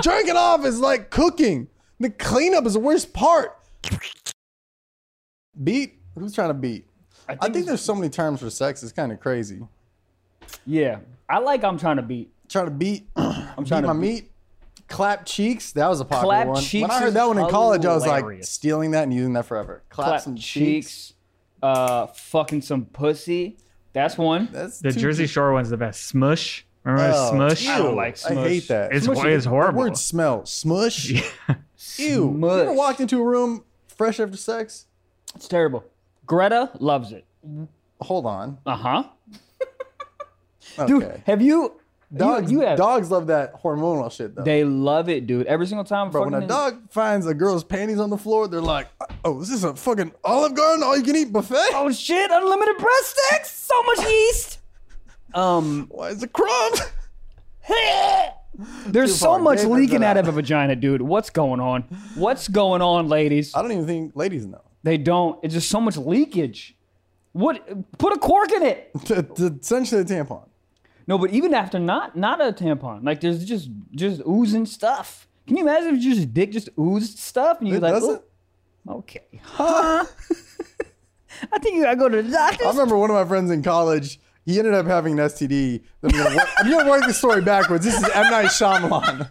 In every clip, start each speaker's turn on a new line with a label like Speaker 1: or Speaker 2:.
Speaker 1: Jerking off is like cooking. The cleanup is the worst part. Beat? Who's trying to beat?
Speaker 2: I think,
Speaker 1: I think
Speaker 2: it's-
Speaker 1: there's so many terms for sex. It's kind of crazy.
Speaker 2: yeah. I like I'm trying to beat.
Speaker 1: Trying to beat. I'm beat
Speaker 2: trying to
Speaker 1: my
Speaker 2: beat-
Speaker 1: meat. Clap cheeks. That was a popular
Speaker 2: Clap
Speaker 1: one.
Speaker 2: cheeks
Speaker 1: when I heard
Speaker 2: is
Speaker 1: that one in college, I was like
Speaker 2: hilarious.
Speaker 1: stealing that and using that forever. Clap,
Speaker 2: Clap
Speaker 1: some
Speaker 2: cheeks. Uh, fucking some pussy. That's one.
Speaker 1: That's
Speaker 3: The
Speaker 1: too-
Speaker 3: Jersey Shore one's the best. Smush. Remember
Speaker 1: Oh,
Speaker 3: Smush?
Speaker 1: ew.
Speaker 2: I don't like
Speaker 1: I hate
Speaker 2: smush.
Speaker 1: that.
Speaker 3: It's,
Speaker 1: Smush
Speaker 3: hor-
Speaker 1: is-
Speaker 3: it's
Speaker 1: the
Speaker 3: horrible.
Speaker 1: word smell. Smush. Ew. You ever
Speaker 2: Smush.
Speaker 1: walked into a room fresh after sex?
Speaker 2: It's terrible. Greta loves it.
Speaker 1: Hold on.
Speaker 2: Uh huh.
Speaker 1: Okay.
Speaker 2: Dude, have you?
Speaker 1: dogs,
Speaker 2: you, you have.
Speaker 1: dogs love that hormonal shit though.
Speaker 2: They love it, dude. Every single time.
Speaker 1: Bro, when
Speaker 2: fucking-
Speaker 1: a dog finds a girl's panties on the floor, they're like, "Oh, is this a fucking Olive Garden all-you-can-eat buffet?
Speaker 2: Oh shit! Unlimited breast sticks. So much yeast. Um,
Speaker 1: Why is it crumbs?"
Speaker 2: there's so
Speaker 1: far.
Speaker 2: much
Speaker 1: Dave,
Speaker 2: leaking
Speaker 1: that's
Speaker 2: out
Speaker 1: what
Speaker 2: of a vagina, dude. What's going on? What's going on, ladies?
Speaker 1: I don't even think ladies know.
Speaker 2: They don't. It's just so much leakage. What? Put a cork in it.
Speaker 1: T- t- Essentially, a tampon.
Speaker 2: No, but even after not not a tampon, like there's just just oozing stuff. Can you imagine if just dick just oozed stuff and you
Speaker 1: It
Speaker 2: like,
Speaker 1: doesn't.
Speaker 2: "Ooh, okay, huh? I think you gotta go to the doctor.
Speaker 1: I remember one of my friends in college. He ended up having an STD. I'm gonna work, I'm gonna work the story backwards. This is M Night Shyamalan.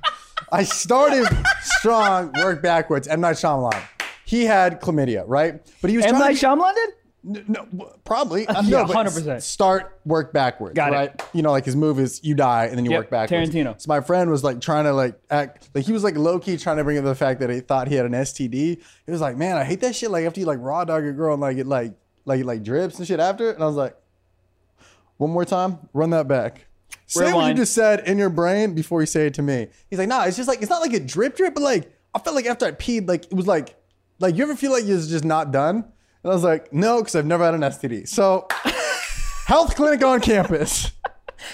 Speaker 1: I started strong, work backwards. M Night Shyamalan. He had chlamydia, right? But he was
Speaker 2: Am
Speaker 1: trying
Speaker 2: I
Speaker 1: to be-
Speaker 2: Shyamalan did?
Speaker 1: N- No, w- probably. Uh,
Speaker 2: Yeah,
Speaker 1: no, but
Speaker 2: 100%.
Speaker 1: Start work backwards.
Speaker 2: Got it.
Speaker 1: right? You know, like his move is you die and then you
Speaker 2: Yep,
Speaker 1: work backwards.
Speaker 2: Tarantino.
Speaker 1: So my friend was like trying to like act like he was like low key trying to bring up the fact that he thought he had an STD. He was like, man, I hate that shit. Like after you like raw dog a girl and like it like like it, like drips and shit after. And I was like, one more time, run that back. Say what you
Speaker 2: Rewind.
Speaker 1: just said in your brain before you say it to me. He's like, nah, it's just like it's not like a drip drip, but like I felt like after I peed, like it was like like you ever feel like you're just not done? And I was like, no, because I've never had an STD. So health clinic on campus.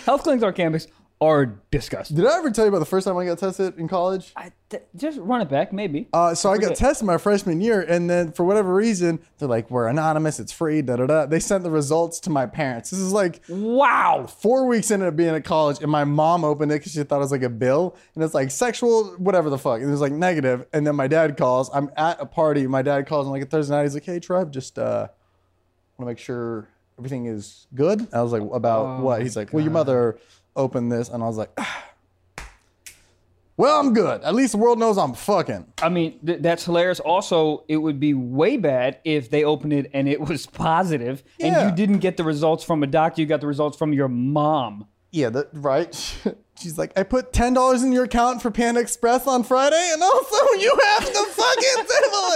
Speaker 2: Health clinics on campus are disgusting.
Speaker 1: Did I ever tell you about the first time I got tested in college?
Speaker 2: I, th- just run it back, maybe.
Speaker 1: Uh, so I got
Speaker 2: forget.
Speaker 1: tested my freshman year, and then for whatever reason, they're like, we're anonymous, it's free, da da da. They sent the results to my parents. This is like
Speaker 2: wow.
Speaker 1: four weeks ended up being at college, and my mom opened it because she thought it was like a bill, and it's like sexual, whatever the fuck. And it was like negative. And then my dad calls. I'm at a party. My dad calls on like a Thursday night. He's like, "Hey, Trev, just uh, want to make sure everything is good." And I was like, "About what?" He's like, "Well, your mother opened this," and I was like, ah. "Well, I'm good. At least the world knows I'm fucking."
Speaker 2: I mean, th- that's hilarious. Also, it would be way bad if they opened it and it was positive
Speaker 1: Yeah.
Speaker 2: and you didn't get the results from a doctor. You got the results from your mom.
Speaker 1: Yeah, that, right. She's like, I put ten dollars in your account for Panda Express on Friday, and also you have to fucking settle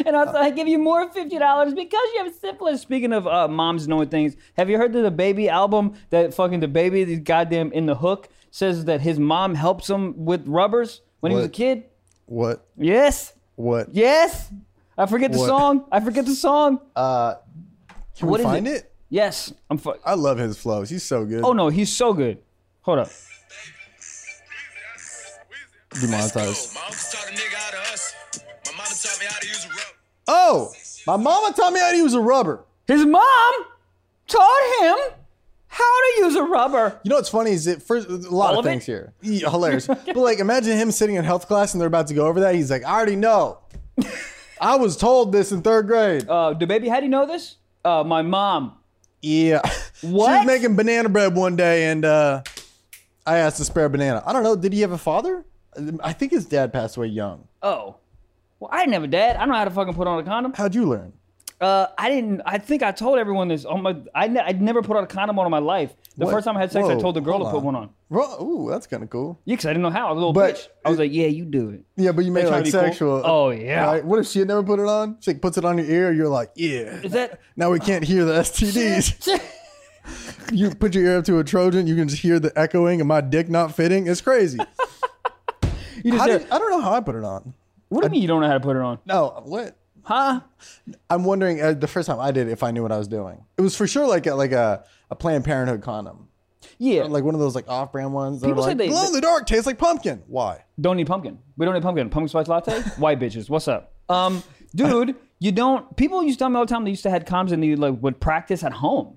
Speaker 1: it.
Speaker 2: And also, I give you more fifty dollars because you have syphilis. Speaking of uh, moms knowing things, have you heard that the baby album that fucking the baby, the goddamn in the hook, says that his mom helps him with rubbers when he was a
Speaker 1: What?
Speaker 2: kid?
Speaker 1: What?
Speaker 2: Yes,
Speaker 1: What?
Speaker 2: yes. I forget the
Speaker 1: What?
Speaker 2: song. I forget the song.
Speaker 1: Can
Speaker 2: What
Speaker 1: we
Speaker 2: is
Speaker 1: find
Speaker 2: it?
Speaker 1: it?
Speaker 2: yes, I'm. Fu-
Speaker 1: I love his flows. He's so good.
Speaker 2: oh no, he's so good. Hold up.
Speaker 1: Demonetized.
Speaker 4: Mom taught a nigga how to hustle. My mama taught me how to use a rope.
Speaker 1: Oh, my mama taught me how to use a rubber.
Speaker 2: His mom taught him how to use a rubber.
Speaker 1: You know what's funny is it first a lot
Speaker 2: All
Speaker 1: of,
Speaker 2: of
Speaker 1: things
Speaker 2: it?
Speaker 1: here. Yeah, hilarious. but like imagine him sitting in health class and they're about to go over that. He's like, I already know. I was told this in third grade.
Speaker 2: Uh, the baby, how do you know this? Uh, my mom.
Speaker 1: yeah. She
Speaker 2: What?
Speaker 1: was making banana bread one day and uh, I asked to spare a banana. I don't know. Did he have a father? I think his dad passed away young.
Speaker 2: Oh. Well, I didn't have a dad. I don't know how to fucking put on a condom.
Speaker 1: How'd you learn?
Speaker 2: Uh, I didn't. I think I told everyone this. On my, I ne- I'd never put on a condom on in my life. The
Speaker 1: What?
Speaker 2: first time I had sex, I
Speaker 1: Whoa,
Speaker 2: told the girl to
Speaker 1: hold
Speaker 2: put
Speaker 1: on.
Speaker 2: one on.
Speaker 1: Ro- Ooh, that's kind of cool.
Speaker 2: Yeah, because I didn't know how. I was a little
Speaker 1: But-
Speaker 2: bitch. I was like, yeah, you do it.
Speaker 1: Yeah, but you made it
Speaker 2: trying
Speaker 1: like
Speaker 2: to be cool?
Speaker 1: sexual. uh,
Speaker 2: Oh, yeah.
Speaker 1: Right? What if she had never put it on? She like, puts it on your ear. You're like, yeah.
Speaker 2: Is that?
Speaker 1: now we can't hear the STDs. you put your ear up to a Trojan, you can just hear the echoing of my dick not fitting. It's crazy.
Speaker 2: You just
Speaker 1: How
Speaker 2: said,
Speaker 1: did- I don't know how I put it on.
Speaker 2: what do you mean you don't know how to put it on?
Speaker 1: No, what?
Speaker 2: Huh?
Speaker 1: I'm wondering uh, the first time I did it, if I knew what I was doing. It was for sure like a, like a, a Planned Parenthood condom,
Speaker 2: Yeah.
Speaker 1: like one of those like off-brand ones.
Speaker 2: People say
Speaker 1: like,
Speaker 2: they-
Speaker 1: glow in the dark, tastes like pumpkin. Why?
Speaker 2: don't need pumpkin. We don't need pumpkin. Pumpkin spice latte. White bitches. What's up? Um, dude, you don't. People used to tell me all the time they used to had condoms and they like would practice at home.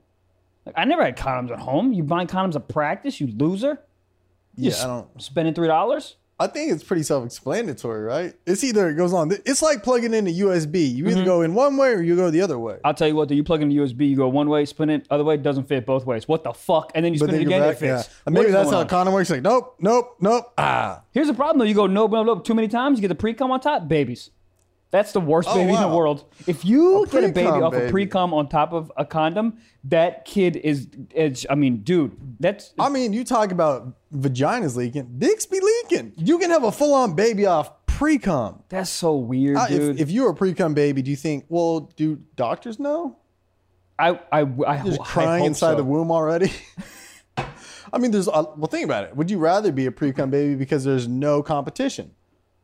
Speaker 2: Like I never had condoms at home. You buying condoms at practice, you loser.
Speaker 1: Yeah, I don't.
Speaker 2: Spending three dollars.
Speaker 1: I think it's pretty self-explanatory, right? It's either it goes on. It's like plugging in a USB. You
Speaker 2: Mm-hmm.
Speaker 1: either go in one way or you go the other way.
Speaker 2: I'll tell you what, though, you plug in the USB, you go one way, spin it, other way, it doesn't fit both ways. What the fuck? And then you spin it
Speaker 1: you're
Speaker 2: again, it
Speaker 1: back- yeah.
Speaker 2: fits.
Speaker 1: And
Speaker 2: What
Speaker 1: Maybe
Speaker 2: is
Speaker 1: that's
Speaker 2: going
Speaker 1: how
Speaker 2: on?
Speaker 1: Connor works. Like, nope, nope, nope. Ah,
Speaker 2: Here's the problem though. You go no, no, no too many times, you get the pre-cum on top, babies. That's the worst
Speaker 1: Oh,
Speaker 2: baby in
Speaker 1: wow.
Speaker 2: the world. If you
Speaker 1: A
Speaker 2: get a baby
Speaker 1: pre-cum
Speaker 2: off
Speaker 1: baby.
Speaker 2: a pre-cum on top of a condom, that kid is, is I mean, dude, that's
Speaker 1: I mean, you talk about vaginas leaking, dicks be leaking. You can have a full-on baby off pre-cum.
Speaker 2: that's so weird,
Speaker 1: I-
Speaker 2: dude.
Speaker 1: If, if you're a pre-cum baby, do you think? Well, do doctors know?
Speaker 2: I, I, I, I
Speaker 1: Just
Speaker 2: hope
Speaker 1: crying inside
Speaker 2: so.
Speaker 1: the womb already. I mean, there's a, well, think about it. Would you rather be a pre-cum baby because there's no competition?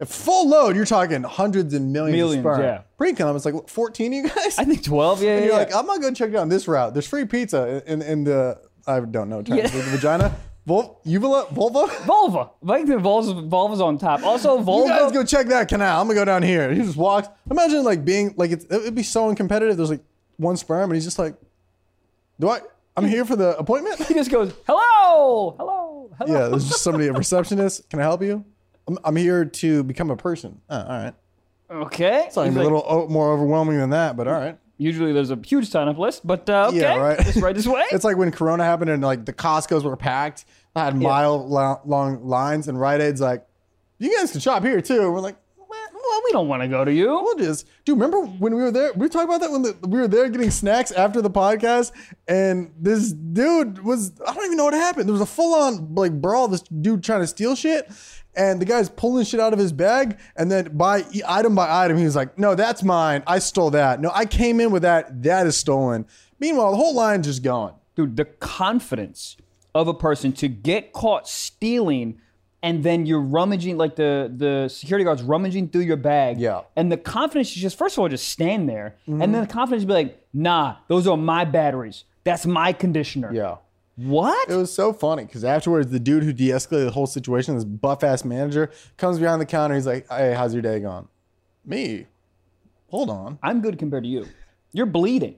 Speaker 1: If full load, you're talking hundreds and millions,
Speaker 2: Millions,
Speaker 1: of sperm.
Speaker 2: yeah.
Speaker 1: Pre-cum, it's like what, 14 you guys.
Speaker 2: I think twelve. Yeah,
Speaker 1: And
Speaker 2: yeah.
Speaker 1: you're
Speaker 2: yeah.
Speaker 1: like, "Ah." I'm not gonna check down this route. There's free pizza in in the I don't know terms.
Speaker 2: Yeah.
Speaker 1: The vagina, Vul- uvula, vulva.
Speaker 2: vulva. Like the vulva's, vulva's on top. Also,
Speaker 1: You guys
Speaker 2: vulva.
Speaker 1: go check that canal. I'm gonna go down here. He just walks. Imagine like being like it's, it'd be so uncompetitive. There's like one sperm, and he's just like, "Do I? I'm here for the appointment."
Speaker 2: he just goes, hello, hello, hello.
Speaker 1: yeah, there's just somebody a receptionist. Can I help you? I'm, I'm here to become a person. Oh, all right.
Speaker 2: Okay.
Speaker 1: It's
Speaker 2: He's
Speaker 1: a
Speaker 2: like-
Speaker 1: little o- more overwhelming than that, but all right.
Speaker 2: Usually there's a huge sign up list, but uh, okay.
Speaker 1: Yeah, right.
Speaker 2: Just right this way.
Speaker 1: It's like when Corona happened and like the Costco's were packed. I had mile lo- long lines, and Rite Aid's like, "You guys can shop here too." We're like, "What?
Speaker 2: well, we don't want to go to you.
Speaker 1: We'll just, dude. Remember when we were there? We were talking about that when the, we were there getting snacks after the podcast, and this dude was—I don't even know what happened. There was a full-on like brawl. This dude trying to steal shit, and the guy's pulling shit out of his bag, and then by item by item, he was like, "No, that's mine. I stole that. No, I came in with that. That is stolen." Meanwhile, the whole line's just going.
Speaker 2: dude, the confidence of a person to get caught stealing and then you're rummaging like the the security guards rummaging through your bag.
Speaker 1: Yeah. Mm-hmm.
Speaker 2: And the confidence is just first of all just stand there. And then the confidence be like, nah, those are my batteries. That's my conditioner.
Speaker 1: Yeah.
Speaker 2: What?
Speaker 1: It was so funny because afterwards, the dude who de escalated the whole situation, this buff ass manager, comes behind the counter. He's like, Hey, how's your day going? Me? Hold on.
Speaker 2: I'm good compared to you. You're bleeding.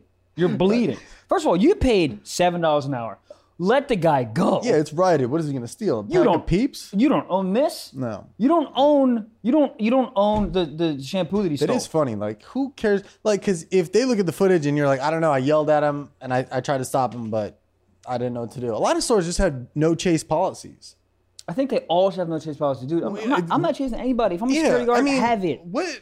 Speaker 2: You're bleeding. First of all, you paid seven dollars an hour. Let the guy go.
Speaker 1: Yeah, it's Rite Aid. What is he going to steal? A pack of
Speaker 2: don't-
Speaker 1: peeps?
Speaker 2: You don't own this.
Speaker 1: No.
Speaker 2: You don't own. You don't. You don't own the the shampoo that he
Speaker 1: It
Speaker 2: stole.
Speaker 1: is funny. Like, who cares? Like, because if they look at the footage and you're like, I don't know, I yelled at him and I, I tried to stop him, but I didn't know what to do. A lot of stores just had no chase policies.
Speaker 2: I think they all should have no chase policy, dude. I'm, I'm not, I'm not chasing anybody. If I'm a security guard,
Speaker 1: I mean,
Speaker 2: have it.
Speaker 1: What?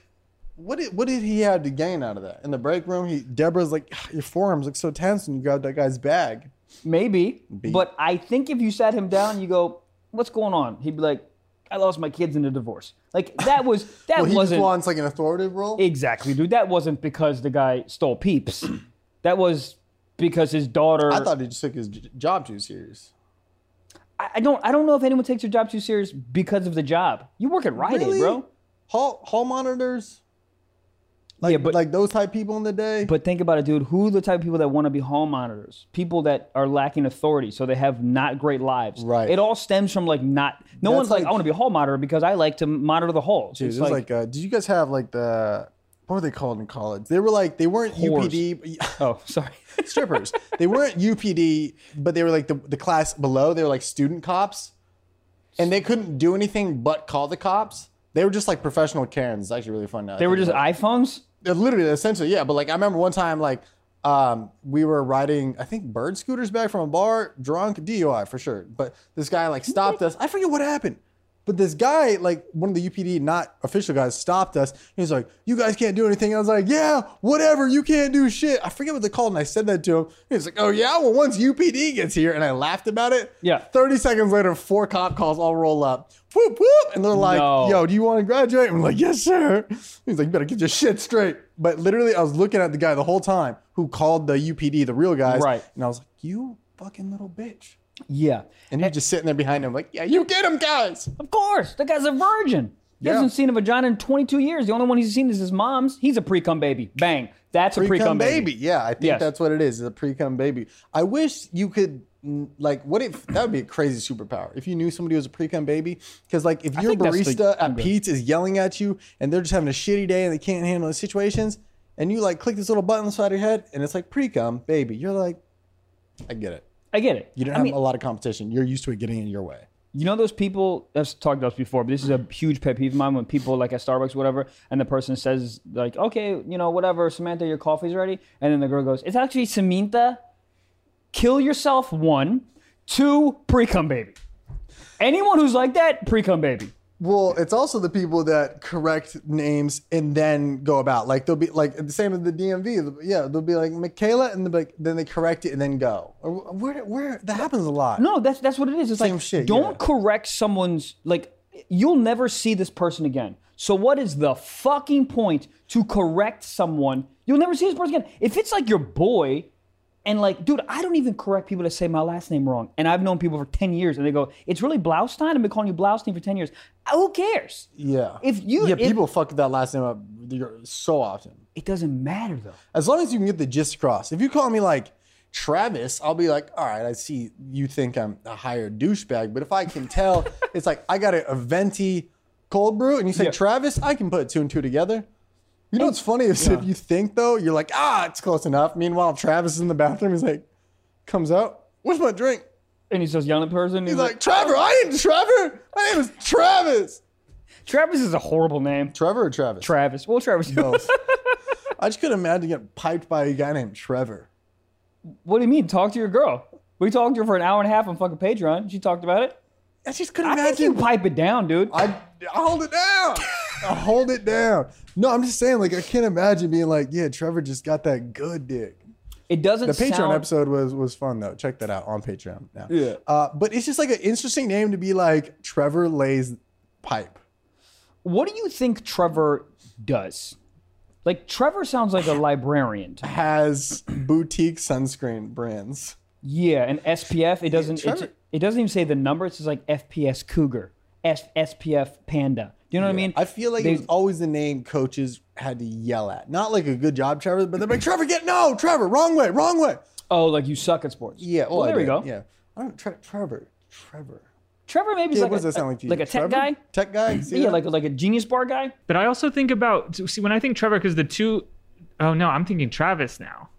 Speaker 1: What did, what did he have to gain out of that? In the break room, he Deborah's like, "Ah, your forearms look so tense when you grabbed that guy's bag.
Speaker 2: Maybe, but I think if you sat him down, you go, "What's going on?" He'd be like, "I lost my kids in a divorce." Like that was that
Speaker 1: Well, he just
Speaker 2: wasn't
Speaker 1: wants like an authoritative role.
Speaker 2: exactly, dude. That wasn't because the guy stole peeps. that was because his daughter.
Speaker 1: I thought he just took his j- job too serious.
Speaker 2: I, I don't. I don't know if anyone takes their job too serious because of the job. You work at Rite Aid, bro.
Speaker 1: Hall hall monitors. Like,
Speaker 2: Yeah, but-
Speaker 1: like those type people in the day.
Speaker 2: But think about it, dude. Who are the type of people that want to be hall monitors? People that are lacking authority, so they have not great lives.
Speaker 1: Right.
Speaker 2: It all stems from like not. No
Speaker 1: That's
Speaker 2: one's like,
Speaker 1: like-
Speaker 2: I want to be a hall monitor because I like to monitor the halls.
Speaker 1: Dude,
Speaker 2: it's
Speaker 1: it was
Speaker 2: like,
Speaker 1: like, uh, did you guys have like the what were they called in college? They were like they weren't
Speaker 2: Whores.
Speaker 1: UPD
Speaker 2: oh, sorry.
Speaker 1: strippers. they weren't UPD, but they were like the, the class below. They were like student cops, and they couldn't do anything but call the cops. They were just like professional Karens. It's actually really fun. Now
Speaker 2: they were just iPhones.
Speaker 1: They're literally essentially yeah but like i remember one time like um, we were riding i think bird scooters back from a bar drunk dui for sure but this guy like stopped us i forget what happened but this guy like one of the upd not official guys stopped us he was like you guys can't do anything i was like yeah whatever you can't do shit i forget what they called and i said that to him he was like oh yeah well once upd gets here and i laughed about it
Speaker 2: Yeah.
Speaker 1: 30 seconds later four cop calls all roll up whoop whoop and they're like
Speaker 2: No.
Speaker 1: yo Oh, do you want to graduate? I'm like, yes, sir. He's like, you better get your shit straight. But literally, I was looking at the guy the whole time who called the UPD, the real guys.
Speaker 2: Right.
Speaker 1: And I was like, you fucking little bitch.
Speaker 2: Yeah.
Speaker 1: And you're just sitting there behind him, like, yeah, you get him, guys.
Speaker 2: Of course, the guy's a virgin. He
Speaker 1: Yeah.
Speaker 2: hasn't seen a vagina in 22 years. The only one he's seen is his mom's. He's a pre-cum baby. Bang. That's a pre-cum baby.
Speaker 1: Yeah, I think
Speaker 2: Yes.
Speaker 1: that's what it is. It's a pre-cum baby. I wish you could. mm, Like what if that would be a crazy superpower if you knew somebody was a pre-cum baby because like if your
Speaker 2: think that's the-
Speaker 1: barista at Pete's is yelling at you and they're just having a shitty day and they can't handle the situations and you like click this little button on the side of your head and it's like pre-cum baby you're like I get it
Speaker 2: I get it.
Speaker 1: you don't
Speaker 2: I
Speaker 1: have
Speaker 2: mean,
Speaker 1: a lot of competition you're used to it getting in your way
Speaker 2: You know those people. I've talked about this before, but this is a huge pet peeve of mine when people like at Starbucks, whatever, and the person says like, "Okay, you know, whatever, Samantha, your coffee's ready," and then the girl goes, "It's actually Samantha." Kill yourself. One, two, pre cum baby. Anyone who's like that, pre cum baby.
Speaker 1: Well, it's also the people that correct names and then go about. Like they'll be like the same as the DMV. Yeah, they'll be like Michaela, and they'll be like, then they correct it and then go. Or Where, where that happens a lot.
Speaker 2: No, that's that's what it is. It's
Speaker 1: Same
Speaker 2: like
Speaker 1: shit,
Speaker 2: don't
Speaker 1: yeah.
Speaker 2: correct someone's like you'll never see this person again. So what is the fucking point to correct someone? You'll never see this person again. If it's like your boy and like, dude, I don't even correct people that say my last name wrong. And I've known people for 10 years and they go, it's really Blaustein. I've been calling you Blaustein for 10 years. Who cares?
Speaker 1: Yeah.
Speaker 2: If you-
Speaker 1: yeah,
Speaker 2: if-
Speaker 1: people fuck that last name up so often.
Speaker 2: It doesn't matter though.
Speaker 1: As long as you can get the gist across. If you call me like Travis, I'll be like, all right, I see you think I'm a higher douchebag, but if I can tell, it's like I got a, a venti cold brew, and you say
Speaker 2: Yeah.
Speaker 1: Travis, I can put two and two together. You know what's funny is if you think though, you're like, ah, it's close enough. Meanwhile, Travis is in the bathroom. He's like, comes out, where's my drink?
Speaker 2: And he's just yelling at the person.
Speaker 1: He's like, Trevor, I ain't Trevor. My name is Travis.
Speaker 2: Travis is a horrible name.
Speaker 1: Trevor or Travis?
Speaker 2: Travis. Well, Travis.
Speaker 1: Both. I just could imagine getting piped by a guy named Trevor.
Speaker 2: What do you mean? Talk to your girl. We talked to her for an hour and a half on fucking Patreon. She talked about it.
Speaker 1: I just could
Speaker 2: I
Speaker 1: imagine.
Speaker 2: think you pipe it down, dude.
Speaker 1: I, I hold it down. I hold it down. No, I'm just saying, like, I can't imagine being like, yeah, Trevor just got that good dick.
Speaker 2: It doesn't.
Speaker 1: The Patreon
Speaker 2: sound,
Speaker 1: episode was was fun though. Check that out on Patreon now.
Speaker 2: Yeah.
Speaker 1: Uh, but it's just like an interesting name to be like Trevor lays pipe.
Speaker 2: What do you think Trevor does? Like Trevor sounds like a librarian. to-
Speaker 1: Has boutique sunscreen brands.
Speaker 2: Yeah, and SPF. It doesn't.
Speaker 1: Trevor-
Speaker 2: it's, it doesn't even say the number. It's just like FPS Cougar, S, SPF Panda. Do you know what I mean?
Speaker 1: I feel like
Speaker 2: They-
Speaker 1: it was always the name coaches had to yell at. Not like a good job, Trevor, but they're like, Trevor, get no, Trevor, wrong way, wrong way.
Speaker 2: oh, like you suck at sports.
Speaker 1: Yeah.
Speaker 2: Well,
Speaker 1: I
Speaker 2: oh, there we
Speaker 1: did,
Speaker 2: go.
Speaker 1: Yeah. I don't, Tre- Trevor, Trevor.
Speaker 2: Trevor maybe is
Speaker 1: Yeah,
Speaker 2: like
Speaker 1: what
Speaker 2: a,
Speaker 1: does that sound like to you?
Speaker 2: like a tech
Speaker 1: Trevor?
Speaker 2: guy.
Speaker 1: Tech guy? See
Speaker 2: Yeah,
Speaker 1: that?
Speaker 2: like like a genius bar guy.
Speaker 3: But I also think about see when I think Trevor because the two oh no, I'm thinking Travis now.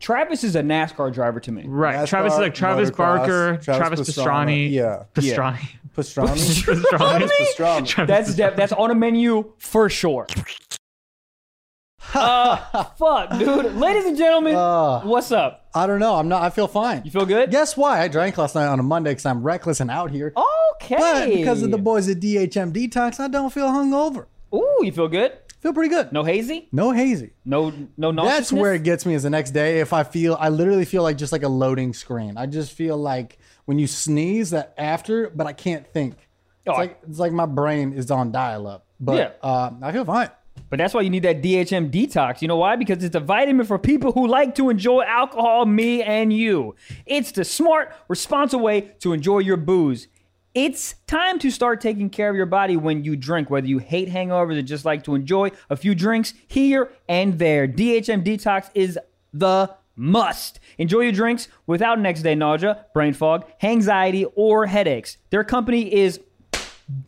Speaker 2: Travis is a NASCAR driver to me.
Speaker 3: Right. Travis is
Speaker 1: NASCAR,
Speaker 3: like Travis
Speaker 1: motocross,
Speaker 3: Barker, Travis,
Speaker 1: Travis Pastrana,
Speaker 3: Pastrani.
Speaker 1: yeah.
Speaker 3: Pastrani.
Speaker 1: pastrami.
Speaker 3: Pastrani.
Speaker 1: pastrami.
Speaker 3: Travis
Speaker 2: That's def- that's on a menu for sure. uh, fuck, dude. Ladies and gentlemen,
Speaker 1: Uh.
Speaker 2: what's up?
Speaker 1: I don't know. I'm not. I feel fine.
Speaker 2: You feel good?
Speaker 1: Guess why? I drank last night on a Monday because I'm reckless and out here.
Speaker 2: Okay.
Speaker 1: But because of the boys at DHM Detox, I don't feel hungover.
Speaker 2: Ooh, you feel good?
Speaker 1: Feel pretty good.
Speaker 2: No hazy?
Speaker 1: No hazy.
Speaker 2: No no nauseousness?
Speaker 1: That's where it gets me is the next day. If I feel, I literally feel like just like a loading screen. I just feel like when you sneeze that after, but I can't think.
Speaker 2: Oh,
Speaker 1: It's like it's like my brain is on dial up. But
Speaker 2: Yeah.
Speaker 1: uh, I feel fine.
Speaker 2: But that's why you need that DHM detox. You know why? Because it's a vitamin for people who like to enjoy alcohol, me and you. It's the smart, responsible way to enjoy your booze. It's time to start taking care of your body when you drink, whether you hate hangovers or just like to enjoy a few drinks here and there. DHM detox is the must. Enjoy your drinks without next day nausea, brain fog, anxiety, or headaches. Their company is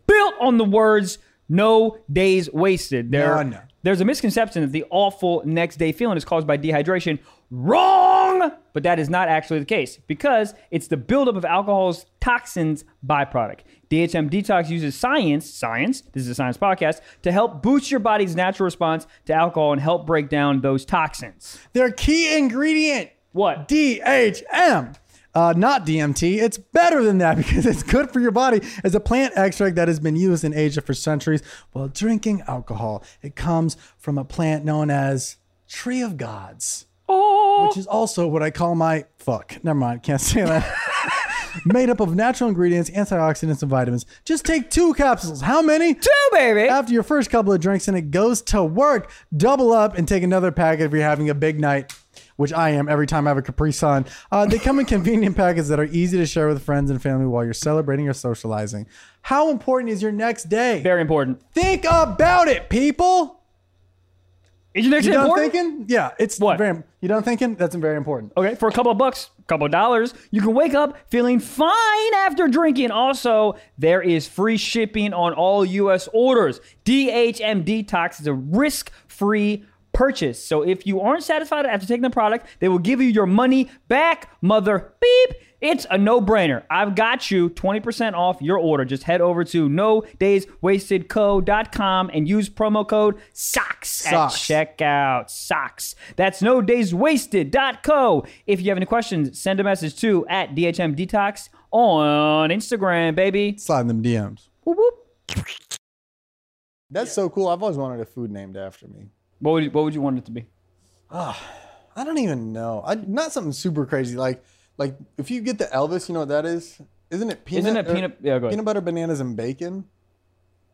Speaker 2: built on the words no days wasted. There,
Speaker 1: None.
Speaker 2: There's a misconception that the awful next day feeling is caused by dehydration. Wrong! But that is not actually the case because it's the buildup of alcohol's toxins byproduct. DHM Detox uses science, science, this is a science podcast, to help boost your body's natural response to alcohol and help break down those toxins.
Speaker 1: Their key ingredient,
Speaker 2: What?
Speaker 1: DHM. Uh, not DMT. It's better than that because it's good for your body as a plant extract that has been used in Asia for centuries while drinking alcohol. It comes from a plant known as Tree of Gods,
Speaker 2: oh!
Speaker 1: which is also what I call my fuck. Never mind, can't say that. Made up of natural ingredients, antioxidants, and vitamins. Just take two capsules. How many? Two!
Speaker 2: No, baby!
Speaker 1: after your first couple of drinks and it goes to work. Double up and take another packet if you're having a big night, which I am every time I have a Capri Sun. Uh, they come in convenient packets that are easy to share with friends and family while you're celebrating or socializing. How important is your next day?
Speaker 2: Very important.
Speaker 1: Think about it, people.
Speaker 2: Is your next
Speaker 1: You
Speaker 2: day
Speaker 1: done
Speaker 2: important?
Speaker 1: thinking? Yeah, it's
Speaker 2: What?
Speaker 1: very. You done thinking? That's very important.
Speaker 2: Okay, for a couple of bucks, couple of dollars, you can wake up feeling fine after drinking. Also, there is free shipping on all U.S. orders. DHM Detox is a risk-free purchase. So if you aren't satisfied after taking the product, they will give you your money back, mother beep. It's a no-brainer. I've got you 20% off your order. Just head over to nodayswastedco.com and use promo code SOCKS,
Speaker 1: Socks.
Speaker 2: at checkout. SOCKS. That's nodayswasted.co. If you have any questions, send a message to at DHM Detox on Instagram, baby.
Speaker 1: Slide them DMs.
Speaker 2: Whoop, whoop.
Speaker 1: That's so cool. I've always wanted a food named after me.
Speaker 2: What would, you, what would you want it to be?
Speaker 1: I don't even know. I, not something super crazy like like if you get the Elvis, you know what that is? Isn't it peanut?
Speaker 2: Isn't it
Speaker 1: or-
Speaker 2: peanut- yeah, go ahead.
Speaker 1: peanut butter, bananas, and bacon.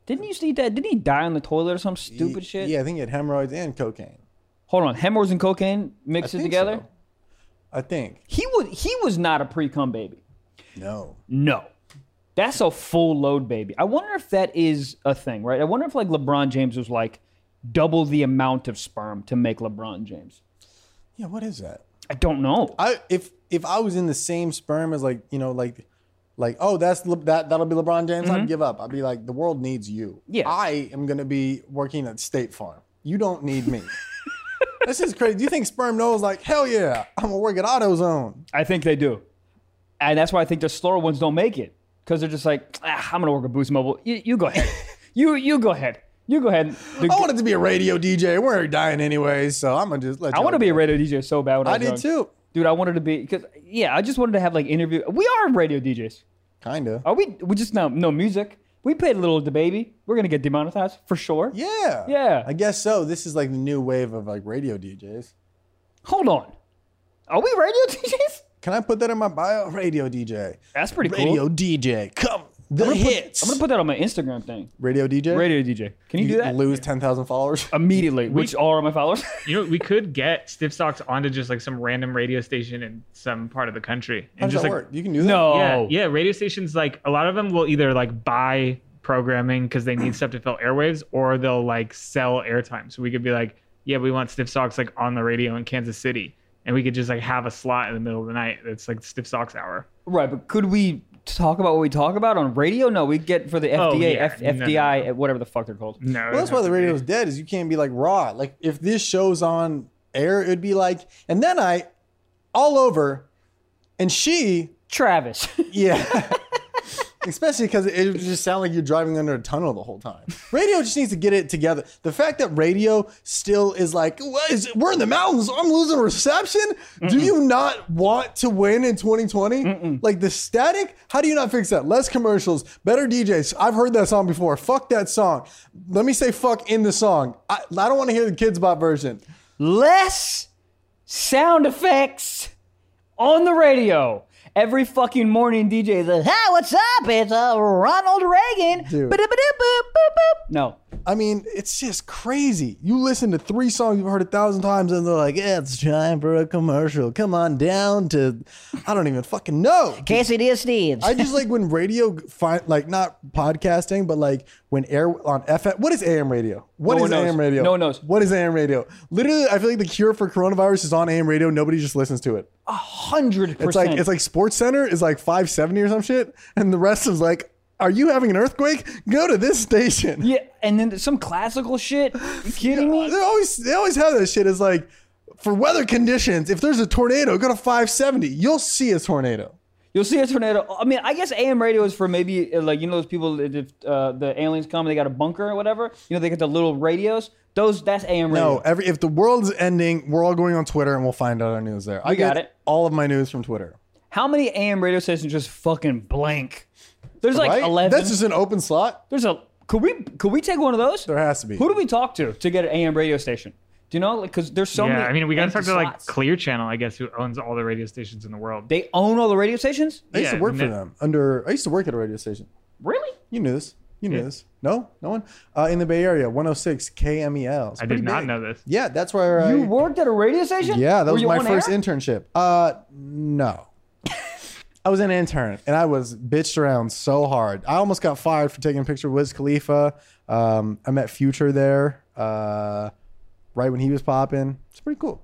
Speaker 2: Didn't you see that? Didn't he die on the toilet or some stupid
Speaker 1: Ye-
Speaker 2: shit?
Speaker 1: Yeah, I think it had hemorrhoids and cocaine.
Speaker 2: Hold on, hemorrhoids and cocaine mixed
Speaker 1: I
Speaker 2: it
Speaker 1: think
Speaker 2: together.
Speaker 1: so. I think
Speaker 2: He was he was not a pre cum baby.
Speaker 1: no.
Speaker 2: No, that's a full load baby. I wonder if that is a thing, right? I wonder if like LeBron James was like double the amount of sperm to make LeBron James.
Speaker 1: Yeah, what is that?
Speaker 2: I don't know.
Speaker 1: I if if I was in the same sperm as like you know like like oh that's Le- that that'll be LeBron James I'd give up I'd be like the world needs you
Speaker 2: Mm-hmm. Yeah.
Speaker 1: I am gonna be working at State Farm you don't need me this is crazy do you think sperm knows like hell yeah I'm gonna work at AutoZone
Speaker 2: I think they do, and that's why I think the slower ones don't make it because they're just like ah, I'm gonna work at Boost Mobile. You, you go ahead. you you go ahead. You go ahead.
Speaker 1: I wanted to be a radio DJ we're dying anyways so I'm gonna just let
Speaker 2: I
Speaker 1: y'all
Speaker 2: want to be a
Speaker 1: go.
Speaker 2: radio DJ so bad. When I,
Speaker 1: I
Speaker 2: was
Speaker 1: did
Speaker 2: young.
Speaker 1: too
Speaker 2: dude. I wanted to be because yeah, I just wanted to have like interview. We are radio DJs.
Speaker 1: kinda
Speaker 2: Are we? We just no no music. We played a little the baby. We're gonna get demonetized for sure.
Speaker 1: yeah
Speaker 2: Yeah.
Speaker 1: I guess so this is like the new wave of like radio DJs
Speaker 2: Hold on. Are we radio DJs?
Speaker 1: can I put that in my bio radio DJ
Speaker 2: That's pretty cool.
Speaker 1: radio DJ come the hits
Speaker 2: I'm gonna put that on my Instagram thing.
Speaker 1: radio DJ
Speaker 2: Radio DJ. Can you, do that
Speaker 1: lose 10,000 followers.
Speaker 2: immediately? which are my followers?
Speaker 3: You know, we could get Stiff Socks onto just like some random radio station in some part of the country.
Speaker 1: How does
Speaker 3: just
Speaker 1: that
Speaker 3: like
Speaker 1: work? You can do that?
Speaker 2: no.
Speaker 3: Yeah, yeah, radio stations like a lot of them will either like buy programming because they need stuff to fill airwaves, or they'll like sell airtime. So we could be like, yeah, we want Stiff Socks like on the radio in Kansas City, and we could just like have a slot in the middle of the night that's like Stiff Socks hour.
Speaker 2: Right, but could we talk about what we talk about on radio? No, we get for the FDA,
Speaker 3: Oh, yeah.
Speaker 2: F-
Speaker 3: No, no,
Speaker 2: FDI, whatever the fuck they're called.
Speaker 3: No,
Speaker 1: Well, that's why the radio's dead is you can't be like raw. Like if this show's on air, it'd be like, and then I, all over, and she,
Speaker 2: Travis.
Speaker 1: yeah. Especially because it would just sound like you're driving under a tunnel the whole time. Radio just needs to get it together. The fact that radio still is like, what is it? we're in the mountains, I'm losing reception. Do you not want to win in 2020? Like the static, how do you not fix that? Less commercials, better DJs. I've heard that song before. Fuck that song. Let me say fuck in the song. I, I don't want to hear the kids' bop version.
Speaker 2: less sound effects on the radio. Every fucking morning, DJ is like, "Hi, what's up? It's uh, Ronald Reagan."
Speaker 1: Dude.
Speaker 2: Ba-da-ba-da-boop-boop-boop. No,
Speaker 1: I mean, it's just crazy. You listen to three songs you've heard a thousand times, and they're like, "Yeah, "It's time for a commercial. Come on down to," I don't even fucking know.
Speaker 2: Casey D. Steves.
Speaker 1: I just like when radio, fi- like not podcasting, but like when air on FM. What is AM radio? What
Speaker 2: No
Speaker 1: is
Speaker 2: one knows.
Speaker 1: AM radio?
Speaker 2: No one knows.
Speaker 1: What is AM radio? Literally, I feel like the cure for coronavirus is on AM radio. Nobody just listens to it.
Speaker 2: Hundred percent.
Speaker 1: It's like it's like Sports Center is like five seventy or some shit, and the rest is like, "Are you having an earthquake? Go to this station."
Speaker 2: yeah, and then some classical shit. You kidding me?
Speaker 1: They always they always have that shit. It's like for weather conditions, if there's a tornado, go to 570. You'll see a tornado.
Speaker 2: You'll see a tornado. I mean, I guess AM radio is for maybe uh, like you know those people that if uh, the aliens come, they got a bunker or whatever. You know they got the little radios. Those that's AM radio.
Speaker 1: No, every if the world's ending, we're all going on Twitter and we'll find out our news there. I
Speaker 2: got
Speaker 1: get
Speaker 2: it.
Speaker 1: all of my news from Twitter.
Speaker 2: How many AM radio stations just fucking blank? There's like
Speaker 1: right?
Speaker 2: eleven.
Speaker 1: That's just an open slot.
Speaker 2: There's a could we could we take one of those?
Speaker 1: There has to be.
Speaker 2: Who do we talk to to get an AM radio station? Do you know? Because there's so many.
Speaker 3: yeah, I mean, we gotta talk
Speaker 2: empty
Speaker 3: to like
Speaker 2: slots.
Speaker 3: Clear Channel, I guess, who owns all the radio stations in the world.
Speaker 2: They own all the radio stations.
Speaker 1: I used
Speaker 3: yeah,
Speaker 1: to work for
Speaker 3: no-
Speaker 1: them under I used to work at a radio station.
Speaker 2: Really?
Speaker 1: You knew this. You knew
Speaker 3: Yeah.
Speaker 1: this. No? No one? Uh, in the Bay Area, 106 KMEL. E It's
Speaker 3: I
Speaker 1: pretty
Speaker 3: did not
Speaker 1: big.
Speaker 3: know this.
Speaker 1: Yeah, that's where I
Speaker 2: You worked at a radio station?
Speaker 1: Yeah, that
Speaker 2: Were
Speaker 1: was
Speaker 2: you
Speaker 1: my
Speaker 2: on
Speaker 1: first
Speaker 2: air?
Speaker 1: internship. Uh, no. I was an intern and I was bitched around so hard. I almost got fired for taking a picture of Wiz Khalifa. Um, I met Future there uh, right when he was popping. It's pretty cool.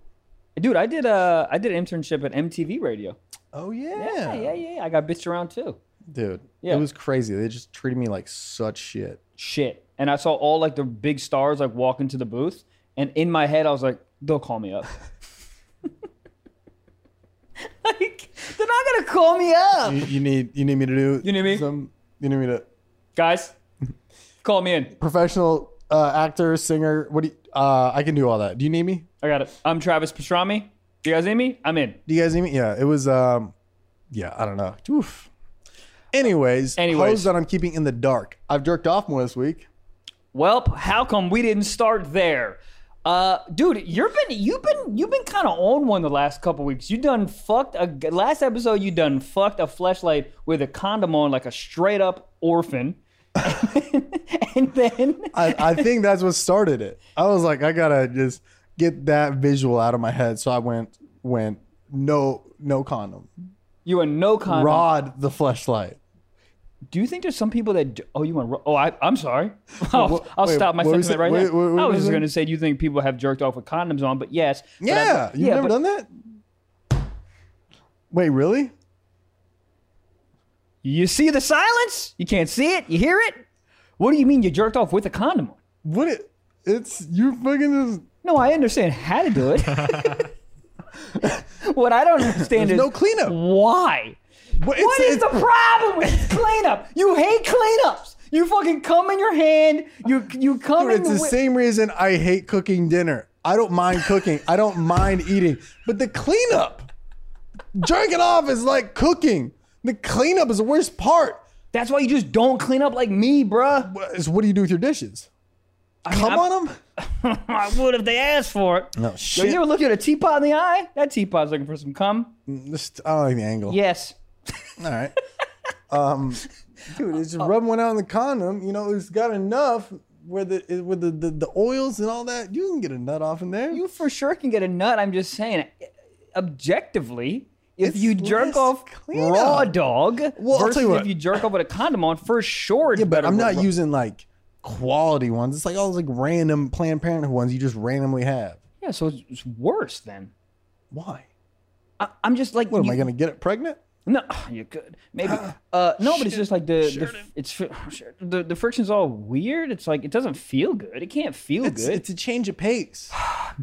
Speaker 2: Dude, I did. Uh, I did an internship at MTV Radio.
Speaker 1: Oh, yeah.
Speaker 2: Yeah, yeah, yeah. I got bitched around too.
Speaker 1: Dude,
Speaker 2: Yeah.
Speaker 1: it was crazy. They just treated me like such shit.
Speaker 2: Shit. And I saw all like the big stars like walk into the booth, and in my head I was like, they'll call me up. like, they're not gonna call me up.
Speaker 1: You, you need you need me to do.
Speaker 2: You need me?
Speaker 1: Some, you need me to
Speaker 2: Guys, call me in.
Speaker 1: professional uh, actor, singer. What do you, uh, I can do all that. Do you need me?
Speaker 2: I got it. I'm Travis Pastrami. You guys need me? I'm in.
Speaker 1: Do you guys need me? Yeah, it was. um Yeah, I don't know. Oof. Anyways,
Speaker 2: Anyways.
Speaker 1: hoes that I'm keeping in the dark. I've jerked off more this week.
Speaker 2: Welp, how come we didn't start there? Uh, dude, you've been you've been you've been kind of on one the last couple weeks. You done fucked a last episode. You done fucked a fleshlight with a condom on, like a straight up orphan. and then
Speaker 1: I, I think that's what started it. I was like, I gotta just get that visual out of my head. So I went went no no condom.
Speaker 2: you were no condom.
Speaker 1: Rod the fleshlight.
Speaker 2: Do you think there's some people that? d- Oh, you want? Oh, I, I'm sorry. I'll,
Speaker 1: what-
Speaker 2: I'll
Speaker 1: wait,
Speaker 2: stop my
Speaker 1: what were you
Speaker 2: sentiment right
Speaker 1: saying?
Speaker 2: now.
Speaker 1: Wait, what- what
Speaker 2: I
Speaker 1: were
Speaker 2: was
Speaker 1: you
Speaker 2: just
Speaker 1: saying?
Speaker 2: gonna say, do you think people have jerked off with condoms on? But yes. but I-
Speaker 1: Yeah, you've never
Speaker 2: but-
Speaker 1: done that. Wait, really?
Speaker 2: You see the silence? You can't see it? You hear it? What do you mean you jerked off with a condom on?
Speaker 1: What it? It's you fucking just.
Speaker 2: No, I understand how to do it. what I don't understand is
Speaker 1: no cleanup.
Speaker 2: Why?
Speaker 1: What,
Speaker 2: What is the problem with cleanup? You hate cleanups. You fucking come in your hand. You you come in
Speaker 1: It's the
Speaker 2: wi-
Speaker 1: same reason I hate cooking dinner. I don't mind cooking. I don't mind eating, but the cleanup, jerking off is like cooking. The cleanup is the worst part.
Speaker 2: That's why you just don't clean up like me, bruh.
Speaker 1: What is- what do you do with your dishes? Come
Speaker 2: I'm-
Speaker 1: on them?
Speaker 2: I would if they asked for it.
Speaker 1: No
Speaker 2: Yo,
Speaker 1: shit.
Speaker 2: you ever look at a teapot in the eye? That teapot's looking for some cum.
Speaker 1: Just- I don't like the angle.
Speaker 2: Yes.
Speaker 1: All right. Um, dude, it's just rubbing one out in the condom. You know, it's got enough where the with the, the the oils and all that. You can get a nut off in there.
Speaker 2: you for sure can get a nut. I'm just saying, objectively, if
Speaker 1: It's
Speaker 2: you jerk
Speaker 1: less
Speaker 2: off
Speaker 1: cleanup.
Speaker 2: raw dog
Speaker 1: Well, I'll tell
Speaker 2: versus
Speaker 1: you what.
Speaker 2: if you jerk off with a condom on, for sure. It's
Speaker 1: Yeah, but
Speaker 2: better
Speaker 1: I'm
Speaker 2: with
Speaker 1: not
Speaker 2: raw-
Speaker 1: using like quality ones. It's like all those like random Planned Parenthood ones you just randomly have.
Speaker 2: Yeah, so it's, it's worse then.
Speaker 1: Why?
Speaker 2: I, I'm just like,
Speaker 1: What am
Speaker 2: you-
Speaker 1: I gonna get it pregnant?
Speaker 2: no, you could maybe. Uh, no, but it's just like the, the f- it's fr- sure, the the friction's all weird. It's like it doesn't feel good. It can't feel
Speaker 1: It's,
Speaker 2: good.
Speaker 1: it's a change of pace.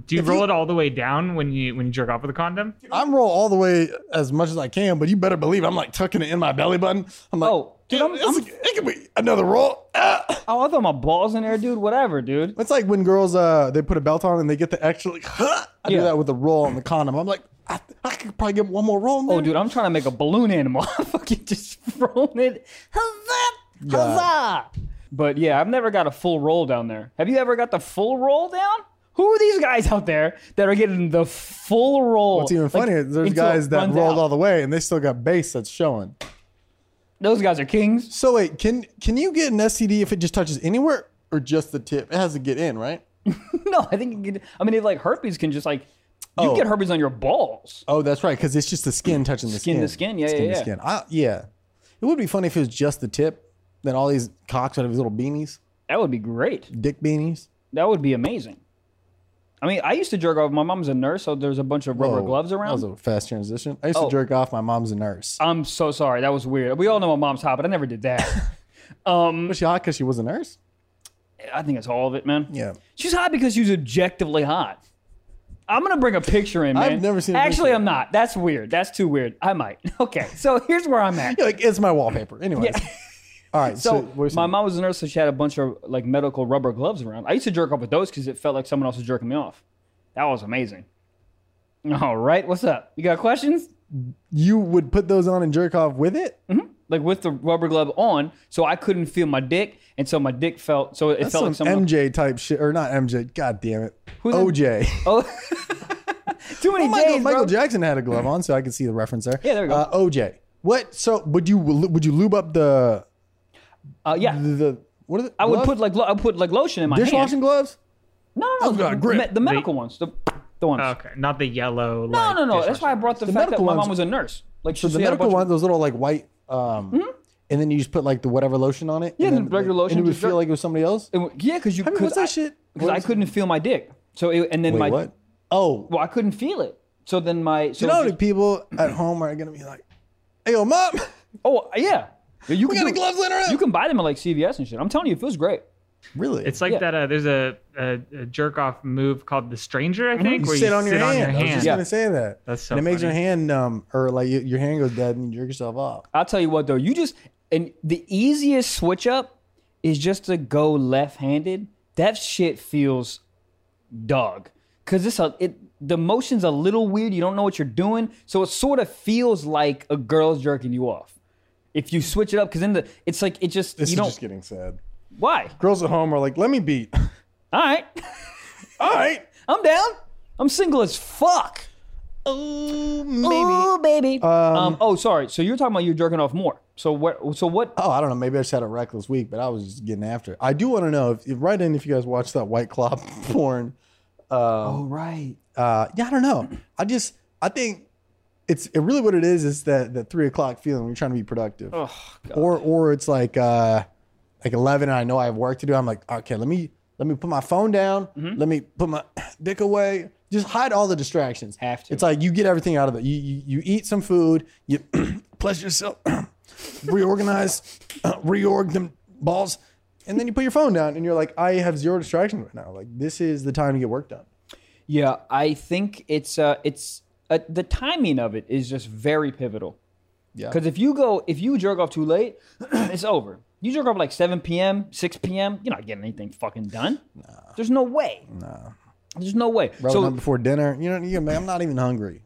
Speaker 3: Do you
Speaker 1: If
Speaker 3: roll
Speaker 1: you-
Speaker 3: it all the way down when you when you jerk off with a condom?
Speaker 1: I'm roll all the way as much as I can, but you better believe I'm like tucking it in my belly button. I'm like,
Speaker 2: Oh, dude, I'm-
Speaker 1: it's- it could be another roll. Ah.
Speaker 2: oh, I thought my balls in there, dude. Whatever, dude.
Speaker 1: It's like when girls uh they put a belt on and they get the extra like huh? I
Speaker 2: Yeah.
Speaker 1: do that with the roll on the condom. I'm like I, I could probably get one more roll. In there.
Speaker 2: Oh, dude, I'm trying to make a balloon animal. I'm fucking just throwing it. Huzzah!
Speaker 1: Yeah.
Speaker 2: Huzzah! But yeah, I've never got a full roll down there. Have you ever got the full roll down? Who are these guys out there that are getting the full roll?
Speaker 1: What's even funnier? There's guys that rolled all the way and they still got base that's showing.
Speaker 2: Those guys are kings.
Speaker 1: So wait, can can you get an STD if it just touches anywhere or just the tip? It has to get in, right?
Speaker 2: No, I think. You could, I mean, if like herpes can just like you
Speaker 1: Oh.
Speaker 2: get herpes on your balls.
Speaker 1: Oh, that's right, because it's just the skin touching the
Speaker 2: Skin
Speaker 1: skin.
Speaker 2: to skin, yeah, yeah,
Speaker 1: to
Speaker 2: yeah.
Speaker 1: skin. I, yeah. It would be funny if it was just the tip. Then all these cocks out of his little beanies,
Speaker 2: That would be great.
Speaker 1: dick beanies.
Speaker 2: That would be amazing. I mean, I used to jerk off. My mom's a nurse, so there's a bunch of rubber
Speaker 1: Whoa,
Speaker 2: gloves around.
Speaker 1: Oh, That was a fast transition. I used
Speaker 2: Oh.
Speaker 1: to jerk off. My mom's a nurse.
Speaker 2: I'm so sorry. That was weird. We all know my mom's hot, but I never did that. um,
Speaker 1: Was she hot because she was a nurse?
Speaker 2: I think it's all of it, man.
Speaker 1: Yeah.
Speaker 2: She's hot because she's objectively hot. I'm gonna bring a picture in, man.
Speaker 1: I've never seen a
Speaker 2: Actually,
Speaker 1: picture.
Speaker 2: I'm not. That's weird. That's too weird. I might. Okay, so here's where I'm at.
Speaker 1: Yeah, like it's my wallpaper. Anyways. All right. So,
Speaker 2: So
Speaker 1: what were you
Speaker 2: my
Speaker 1: saying?
Speaker 2: mom was a nurse, so she had a bunch of like medical rubber gloves around. I used to jerk off with those because it felt like someone else was jerking me off. That was amazing. All right, what's up? You got questions?
Speaker 1: you would put those on and jerk off with it?
Speaker 2: Like with the rubber glove on, so I couldn't feel my dick, and so my dick felt so it
Speaker 1: That's
Speaker 2: felt
Speaker 1: some
Speaker 2: like someone.
Speaker 1: MJ type shit, or not MJ? God damn it.
Speaker 2: the-
Speaker 1: OJ.
Speaker 2: Oh, too many
Speaker 1: Michael,
Speaker 2: days,
Speaker 1: Oh Michael
Speaker 2: bro.
Speaker 1: Jackson had a glove on, so I could see the reference there.
Speaker 2: Yeah, there we go.
Speaker 1: Uh, OJ. What? So would you would you lube up the
Speaker 2: Uh, yeah,
Speaker 1: the, the what are the
Speaker 2: I would
Speaker 1: gloves?
Speaker 2: put like lo- I would put like lotion in my
Speaker 1: dishwashing
Speaker 2: hand.
Speaker 1: gloves?
Speaker 2: No, no, no,
Speaker 1: Those got
Speaker 2: the,
Speaker 1: grip.
Speaker 2: me- the medical ones, the the ones.
Speaker 3: Okay, not the
Speaker 2: no,
Speaker 3: yellow. like,
Speaker 2: no, no. That's why I
Speaker 3: dishwasher.
Speaker 2: brought the, fact that
Speaker 1: medical
Speaker 2: my mom
Speaker 1: ones-
Speaker 2: was a nurse. Like she
Speaker 1: The
Speaker 2: had a
Speaker 1: medical
Speaker 2: bunch of- Mm-hmm.
Speaker 1: ones, those little like white, um, and then you just put like the whatever lotion on it. Yeah,
Speaker 2: the regular lotion
Speaker 1: and it would
Speaker 2: just
Speaker 1: feel
Speaker 2: jerk-
Speaker 1: like it was somebody else.
Speaker 2: It w- yeah, because you.
Speaker 1: I mean, what's that
Speaker 2: I,
Speaker 1: shit?
Speaker 2: Because I couldn't feel my dick, so it, and then
Speaker 1: Wait,
Speaker 2: my
Speaker 1: what? Oh,
Speaker 2: well, I couldn't feel it. So then my so
Speaker 1: you know how many
Speaker 2: just-
Speaker 1: people at home are gonna be like, "Hey, yo, mom,
Speaker 2: oh yeah, Yeah, you
Speaker 1: we
Speaker 2: can
Speaker 1: got a
Speaker 2: do-
Speaker 1: glove laying around."
Speaker 2: You can buy them at like CVS and shit. I'm telling you, it feels great.
Speaker 1: Really?
Speaker 3: It's like
Speaker 2: Yeah.
Speaker 3: that. Uh, there's a, a, a jerk off move called the stranger,
Speaker 2: Mm-hmm.
Speaker 3: I think,
Speaker 1: you
Speaker 3: where
Speaker 1: sit
Speaker 3: you
Speaker 1: on your
Speaker 3: sit
Speaker 1: hand.
Speaker 3: on your
Speaker 1: I was
Speaker 3: hand.
Speaker 1: just
Speaker 2: Yeah.
Speaker 1: gonna say that.
Speaker 3: That's so
Speaker 1: And it makes your
Speaker 3: funny.
Speaker 1: hand numb, or like you, your hand goes dead and you jerk yourself off.
Speaker 2: I'll tell you what though, you just and the easiest switch up is just to go left-handed. That shit feels dog because it's a it the motion's a little weird. You don't know what you're doing, so it sort of feels like a girl's jerking you off. If you switch it up, because then the it's like it just
Speaker 1: This
Speaker 2: you
Speaker 1: is
Speaker 2: don't
Speaker 1: just getting sad.
Speaker 2: why.
Speaker 1: Girls at home are like, "Let me beat."
Speaker 2: All right,
Speaker 1: All right.
Speaker 2: I'm down. I'm single as fuck.
Speaker 1: Oh,
Speaker 2: Ooh, baby. Um,
Speaker 1: Um,
Speaker 2: oh, sorry. So you're talking about you jerking off more. So what? So what?
Speaker 1: Oh, I don't know. Maybe I just had a reckless week, but I was just getting after it. I do want to know if, if right in if you guys watched that White Claw porn.
Speaker 2: oh, right.
Speaker 1: Uh, yeah, I don't know. I just I think it's it really what it is is that that three o'clock feeling when you're trying to be productive,
Speaker 2: Oh,
Speaker 1: or or it's like uh, like eleven and I know I have work to do. I'm like, okay, let me let me put my phone down,
Speaker 2: Mm-hmm.
Speaker 1: let me put my dick away. Just hide all the distractions.
Speaker 2: Have to.
Speaker 1: It's like you get everything out of it. You you, you eat some food, you pleasure yourself, reorganize, uh, reorg them balls, and then you put your phone down and you're like, I have zero distractions right now. Like this is the time to get work done.
Speaker 2: Yeah, I think it's uh, it's uh, the timing of it is just very pivotal.
Speaker 1: Yeah.
Speaker 2: Because if you go, if you jerk off too late, it's over. You jerk off like 7 p.m., 6 p.m., you're not getting anything fucking done. There's no way. No. There's no way.
Speaker 1: Probably
Speaker 2: so
Speaker 1: Oh, not before dinner. You know, you man, I'm not even hungry.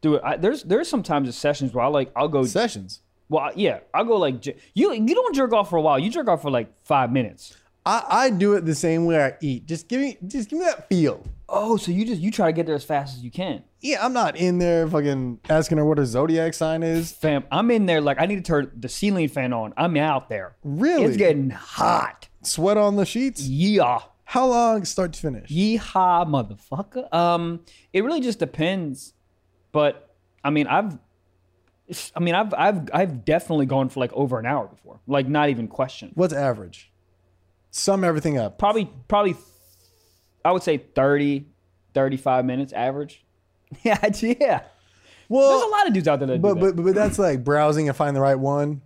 Speaker 2: dude, I, there's there's sometimes sessions where I like I'll go
Speaker 1: Sessions.
Speaker 2: well I- yeah I'll go like j- you you don't jerk off for a while you jerk off for like five minutes.
Speaker 1: I, I do it the same way I eat. Just give me just give me that feel.
Speaker 2: Oh, so you just you try to get there as fast as you can.
Speaker 1: Yeah, I'm not in there fucking asking her what her zodiac sign is.
Speaker 2: Fam, I'm in there like I need to turn the ceiling fan on. I'm out there.
Speaker 1: Really?
Speaker 2: It's getting hot.
Speaker 1: Sweat on the sheets.
Speaker 2: Yeah.
Speaker 1: How long start to finish?
Speaker 2: Yeehaw, motherfucker. Um, it really just depends. But I mean, I've, it's- I mean, I've, I've, I've definitely gone for like over an hour before. Like, not even question.
Speaker 1: What's average? Sum everything up.
Speaker 2: Probably, probably, I would say 30, 35 minutes average. yeah, yeah. There's a
Speaker 1: Well,
Speaker 2: lot of dudes out there that
Speaker 1: but
Speaker 2: do that.
Speaker 1: but but that's like browsing and find the right one.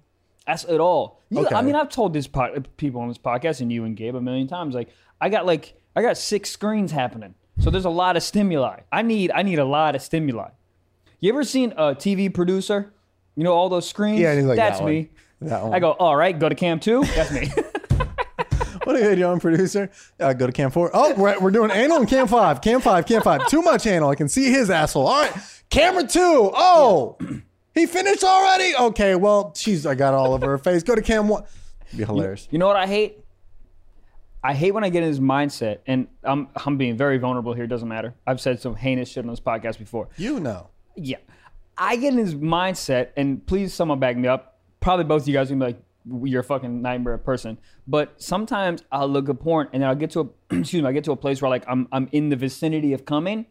Speaker 2: That's it all. You-
Speaker 1: Okay.
Speaker 2: I mean, I've told this pod, people on this podcast and you and Gabe a million times. Like, I got like I got six screens happening, so there's a lot of stimuli. I need I need a lot of stimuli. You ever seen a TV producer? You know all those screens.
Speaker 1: Yeah, and he's like
Speaker 2: that's
Speaker 1: that one.
Speaker 2: me.
Speaker 1: That one.
Speaker 2: I go, all right, go to cam two. That's me.
Speaker 1: What are you doing, producer? Uh, go to cam four. Oh, we're, we're doing anal and cam five. Cam five, cam five. Too much anal. I can see his asshole. All right. Camera two. Oh, he finished already? Okay. Well, she's, I got all over her face. Go to cam one. It'd be hilarious.
Speaker 2: You know what I hate? I hate when I get in this mindset, and I'm I'm being very vulnerable here. It doesn't matter. I've said some heinous shit on this podcast before.
Speaker 1: You know.
Speaker 2: Yeah. I get in his mindset, and please someone back me up. Probably both of you guys are gonna be like, you're a fucking nightmare person. But sometimes I'll look at porn and then I'll get to a excuse me, I get to a place where like I'm I'm in the vicinity of coming.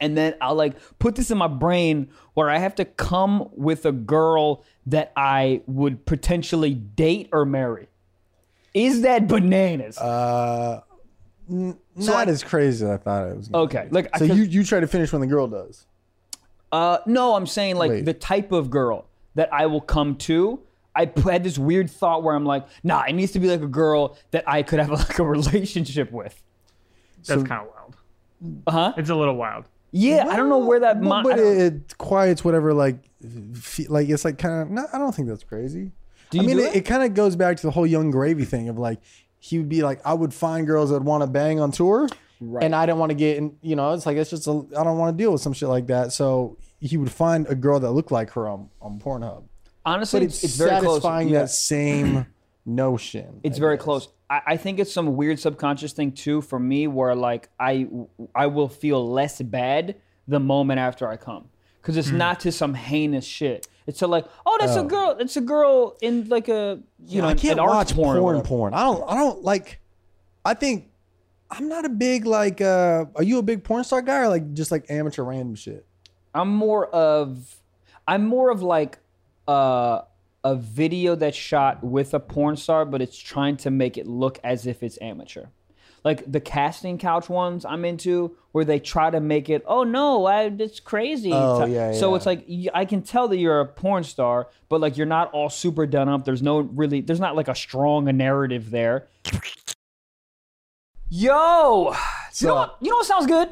Speaker 2: And then I'll like put this in my brain where I have to come with a girl that I would potentially date or marry. Is that bananas?
Speaker 1: Uh, Not as crazy as I thought it was. gonna
Speaker 2: okay.
Speaker 1: be.
Speaker 2: Look, Oh, I
Speaker 1: So
Speaker 2: could-
Speaker 1: you, you try to finish when the girl does.
Speaker 2: Uh, no, I'm saying like
Speaker 1: Wait.
Speaker 2: the type of girl that I will come to. I p- had this weird thought where I'm like, nah, it needs to be like a girl that I could have like a relationship with.
Speaker 3: That's kind of wild.
Speaker 2: Uh-huh.
Speaker 3: It's a little wild.
Speaker 2: Yeah, I don't know where that.
Speaker 1: Well,
Speaker 2: mi- I
Speaker 1: but
Speaker 2: don't-
Speaker 1: it, it quiets whatever, like, fe- like it's like kind of, no, I don't think that's crazy. I
Speaker 2: you
Speaker 1: mean,
Speaker 2: do
Speaker 1: it,
Speaker 2: it?
Speaker 1: it kind of goes back to the whole Young Gravy thing of like, he would be like, I would find girls that want to bang on tour. And I don't want to get in, you know, it's like, it's just, I I don't want to deal with some shit like that. So he would find a girl that looked like her on, on Pornhub.
Speaker 2: honestly,
Speaker 1: But
Speaker 2: it's,
Speaker 1: it's,
Speaker 2: it's very close.
Speaker 1: satisfying
Speaker 2: Yeah.
Speaker 1: that same notion.
Speaker 2: It's
Speaker 1: I
Speaker 2: very
Speaker 1: guess.
Speaker 2: close. I, I think it's some weird subconscious thing too for me, where like I I will feel less bad the moment after I come, because
Speaker 1: Hmm.
Speaker 2: it's not to some heinous shit. It's to like, oh, that's a girl. It's a girl in like a you know
Speaker 1: I
Speaker 2: an-
Speaker 1: can't
Speaker 2: an arts
Speaker 1: watch
Speaker 2: porn.
Speaker 1: porn.
Speaker 2: or
Speaker 1: Porn,
Speaker 2: whatever.
Speaker 1: I don't. I don't like. I think I'm not a big like. uh Are you a big porn star guy or like just like amateur random shit?
Speaker 2: I'm more of I'm more of like uh, a video that's shot with a porn star, but it's trying to make it look as if it's amateur. Like the casting couch ones I'm into, where they try to make it, oh no, I, it's crazy.
Speaker 1: Oh,
Speaker 2: Ti-
Speaker 1: yeah,
Speaker 2: so
Speaker 1: yeah.
Speaker 2: it's like y- I can tell that you're a porn star, but like you're not all super done up. There's no really, there's not like a strong narrative there. Yo, you know
Speaker 1: So-
Speaker 2: what? You know what sounds good?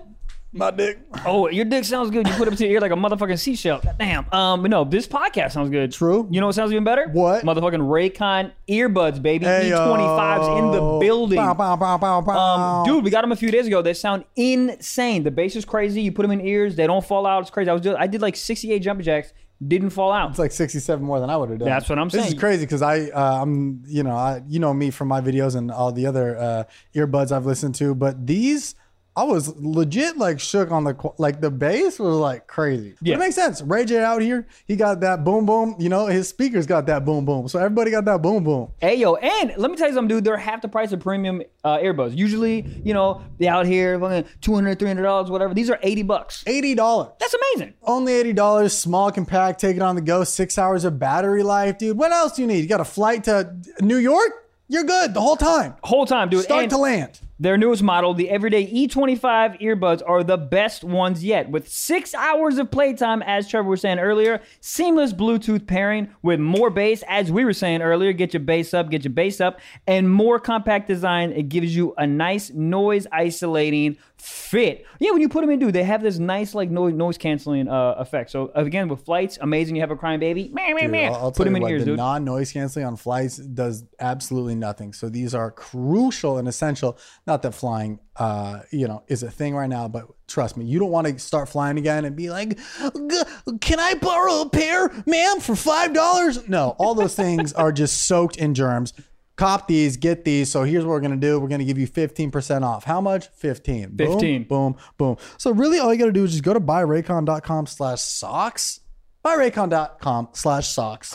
Speaker 1: My dick.
Speaker 2: Oh, your dick sounds good. You put it up to your ear like a motherfucking seashell. God damn. Um, but no, this podcast sounds good.
Speaker 1: True.
Speaker 2: You know what sounds even better?
Speaker 1: What?
Speaker 2: Motherfucking Raycon earbuds, baby.
Speaker 1: Hey, uh,
Speaker 2: E25s in the
Speaker 1: yo.
Speaker 2: building.
Speaker 1: Bow, bow, bow, bow, bow.
Speaker 2: Um, dude, we got them a few days ago. They sound insane. The bass is crazy. You put them in ears, they don't fall out. It's crazy. I was doing, I did like 68 jumping jacks, didn't fall out.
Speaker 1: It's like 67 more than I would have done.
Speaker 2: That's what I'm
Speaker 1: This
Speaker 2: saying.
Speaker 1: is crazy because I, uh, I'm, you know, I, you know me from my videos and all the other uh, earbuds I've listened to, but these, I was legit like shook on the, qu- like the bass was like crazy. But
Speaker 2: Yeah.
Speaker 1: It makes sense. Ray J out here, he got that boom boom. You know, his speakers got that boom boom. So everybody got that boom boom.
Speaker 2: Hey yo, and let me tell you something, dude. They're half the price of premium uh, earbuds. Usually, you know, they out here fucking 200 $300, whatever. These are 80 bucks.
Speaker 1: Eighty dollars.
Speaker 2: That's amazing.
Speaker 1: Only eighty dollars, small, compact, take it on the go. Six hours of battery life, dude. What else do you need? You got a flight to New York? You're good the whole time.
Speaker 2: Whole time, dude.
Speaker 1: Start
Speaker 2: and
Speaker 1: to land.
Speaker 2: their newest model, the Everyday E25 earbuds, are the best ones yet. With six hours of playtime, as Trevor was saying earlier, seamless Bluetooth pairing with more bass, as we were saying earlier. Get your bass up, get your bass up, and more compact design. It gives you a nice noise isolating fit. Yeah, when you put them in, dude, they have this nice like noise noise canceling uh, effect. So again, with flights, amazing. You have a crying baby. Meh, meh,
Speaker 1: Dude,
Speaker 2: meh.
Speaker 1: I'll, I'll
Speaker 2: put
Speaker 1: tell
Speaker 2: them
Speaker 1: you what,
Speaker 2: in ears,
Speaker 1: the
Speaker 2: dude.
Speaker 1: non-noise canceling on flights does absolutely nothing. So these are crucial and essential. Not that flying, uh, you know, is a thing right now, but trust me, you don't want to start flying again and be like, "G- "Can I borrow a pair, ma'am, for five dollars?" No, all those things are just soaked in germs. Cop these, get these. So here's what we're gonna do: we're gonna give you 15% off. How much? 15. Boom,
Speaker 2: 15.
Speaker 1: Boom, boom. So really, all you gotta do is just go to buyraycon.com/socks. Buyraycon.com slash socks.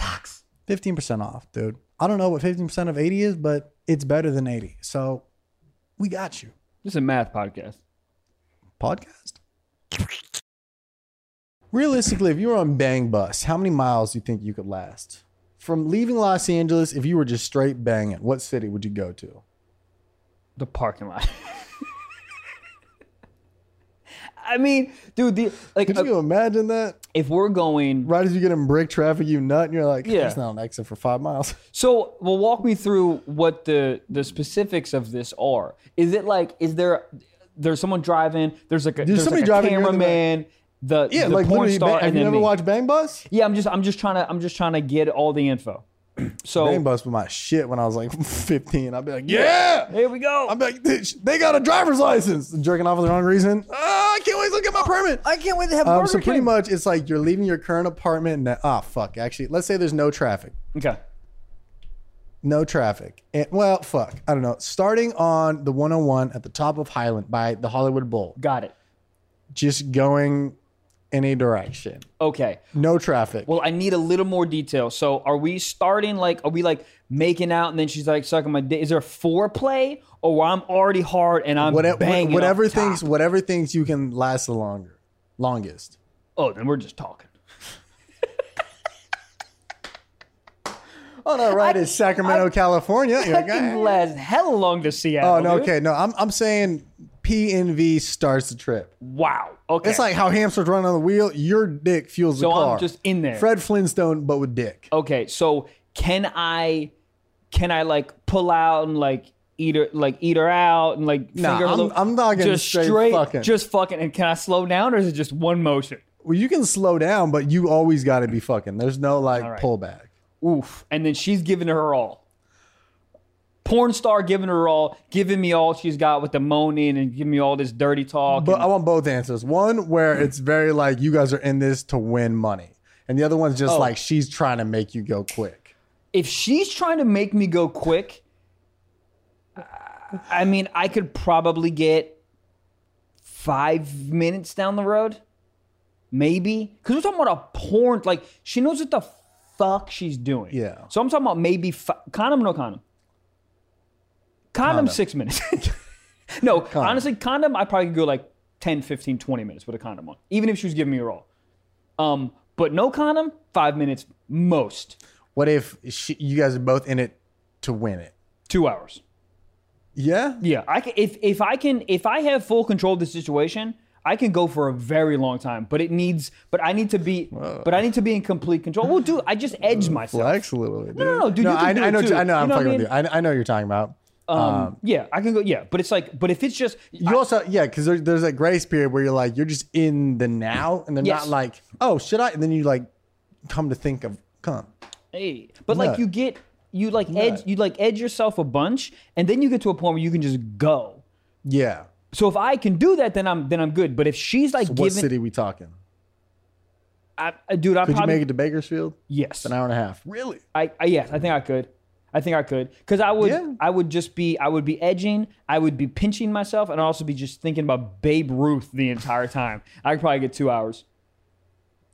Speaker 1: 15% off, dude. I don't know what 15% of 80 is, but it's better than 80. So we got you.
Speaker 2: This is a math podcast.
Speaker 1: Podcast? Realistically, if you were on Bang Bus, how many miles do you think you could last? From leaving Los Angeles, if you were just straight banging, what city would you go to?
Speaker 2: the parking lot. I mean, dude, the, like
Speaker 1: Could
Speaker 2: uh,
Speaker 1: you imagine that?
Speaker 2: if we're going
Speaker 1: Right as you get in brick traffic, you nut, and you're like,
Speaker 2: Yeah.
Speaker 1: that's not an exit for five miles.
Speaker 2: so, well, walk me through what the the specifics of this are. Is it like is there there's someone driving? There's like a, there's
Speaker 1: somebody
Speaker 2: like a
Speaker 1: driving, you're in the back.
Speaker 2: cameraman. The
Speaker 1: Yeah,
Speaker 2: the
Speaker 1: like
Speaker 2: porn
Speaker 1: literally,
Speaker 2: star
Speaker 1: Bang-
Speaker 2: and
Speaker 1: have you
Speaker 2: then
Speaker 1: ever
Speaker 2: me.
Speaker 1: watched Bang Bus?
Speaker 2: Yeah, I'm just I'm just trying to I'm just trying to get all the info. So
Speaker 1: Bang Bus was my shit when I was like 15. I'd be like, yeah!
Speaker 2: here we go.
Speaker 1: I'm like, "They- they got a driver's license. Jerking off for the wrong reason. Ah, I can't wait to get my permit.
Speaker 2: Oh, I can not wait to have
Speaker 1: Um,
Speaker 2: Burger
Speaker 1: so pretty
Speaker 2: King.
Speaker 1: much, it's like you're leaving your current apartment. And, ah, fuck. Actually, let's say there's no traffic.
Speaker 2: okay.
Speaker 1: No traffic. And, well, fuck. I don't know. Starting on the 101 at the top of Highland by the Hollywood Bowl,
Speaker 2: Got it.
Speaker 1: just going any direction.
Speaker 2: Okay.
Speaker 1: No traffic.
Speaker 2: Well, I need a little more detail. So, are we starting like, are we like making out and then she's like sucking my dick? Is there foreplay or I'm already hard and I'm
Speaker 1: Whate-
Speaker 2: banging?
Speaker 1: e-, whatever
Speaker 2: up top?
Speaker 1: things, whatever things you can last the longer, longest.
Speaker 2: Oh, then we're just talking.
Speaker 1: Oh no, right?
Speaker 2: I-
Speaker 1: it's Sacramento,
Speaker 2: I-
Speaker 1: California. You're
Speaker 2: That
Speaker 1: like,
Speaker 2: can
Speaker 1: "Ah."
Speaker 2: last hell long to Seattle.
Speaker 1: Oh no,
Speaker 2: dude.
Speaker 1: okay, no. I'm I'm saying PNV starts the trip.
Speaker 2: Wow. Okay.
Speaker 1: It's like how hamsters run on the wheel. Your dick fuels the
Speaker 2: So I'm
Speaker 1: car.
Speaker 2: just Oh. in there.
Speaker 1: Fred Flintstone, but with dick.
Speaker 2: okay. So, can I, can I like pull out and like eat her, like eat her out and like
Speaker 1: Nah,
Speaker 2: finger her
Speaker 1: I'm-
Speaker 2: little-
Speaker 1: I'm talking
Speaker 2: just
Speaker 1: straight fucking.
Speaker 2: just fucking. And can I slow down or is it just one motion?
Speaker 1: Well, you can slow down, but you always got to be fucking. There's no like
Speaker 2: right.
Speaker 1: pullback.
Speaker 2: Oof. And then she's giving her all. Porn star giving her all, giving me all she's got with the moaning and giving me all this dirty talk.
Speaker 1: But
Speaker 2: and-
Speaker 1: I want both answers. One where it's very like you guys are in this to win money, and the other one's just
Speaker 2: Oh.
Speaker 1: like she's trying to make you go quick.
Speaker 2: if she's trying to make me go quick, I- I mean, I could probably get five minutes down the road, maybe. Because we're talking about a porn. Like she knows what the fuck she's doing.
Speaker 1: Yeah.
Speaker 2: So I'm talking about maybe fi- condom, no condom. Condom,
Speaker 1: Condom.
Speaker 2: six minutes. no, honestly, condom. I probably could go like 10, 15, 20 minutes with a condom on, even if she was giving me a roll. Um, but no condom, five minutes most,
Speaker 1: What if she, you guys are both in it to win it?
Speaker 2: two hours.
Speaker 1: Yeah,
Speaker 2: Yeah, I can, if if I can if I have full control of the situation, I can go for a very long time. But it needs, but I need to be, but I need to be in complete control. Well, dude, I just edge myself.
Speaker 1: Mm, flex a little bit. Dude.
Speaker 2: no, no, dude, you can
Speaker 1: I,
Speaker 2: do
Speaker 1: I
Speaker 2: it
Speaker 1: know,
Speaker 2: too.
Speaker 1: I know,
Speaker 2: You
Speaker 1: I'm
Speaker 2: know what
Speaker 1: fucking
Speaker 2: I
Speaker 1: with you. I, I know what you're talking about.
Speaker 2: Um, yeah, I can go. Yeah, but it's like, but if it's just
Speaker 1: You also, yeah, because there, there's that grace period where you're like, you're just in the now, and they're
Speaker 2: Yes.
Speaker 1: not like, oh, should I? And then you like come to think of, come.
Speaker 2: Hey, but like
Speaker 1: Nut.
Speaker 2: you get you like edge you like edge yourself a bunch, and then you get to a point where you can just go.
Speaker 1: Yeah.
Speaker 2: So if I can do that, then I'm then I'm good. But if she's like
Speaker 1: What
Speaker 2: giving,
Speaker 1: city we talking?
Speaker 2: I, I- dude, I
Speaker 1: Could
Speaker 2: probably
Speaker 1: you make it to Bakersfield?
Speaker 2: yes.
Speaker 1: An hour and a half. Really?
Speaker 2: I, I yes, I think I could. I think I could because I would
Speaker 1: Yeah.
Speaker 2: I would just be I would be edging, I would be pinching myself, and I'd also be just thinking about Babe Ruth the entire time. I could probably get two hours.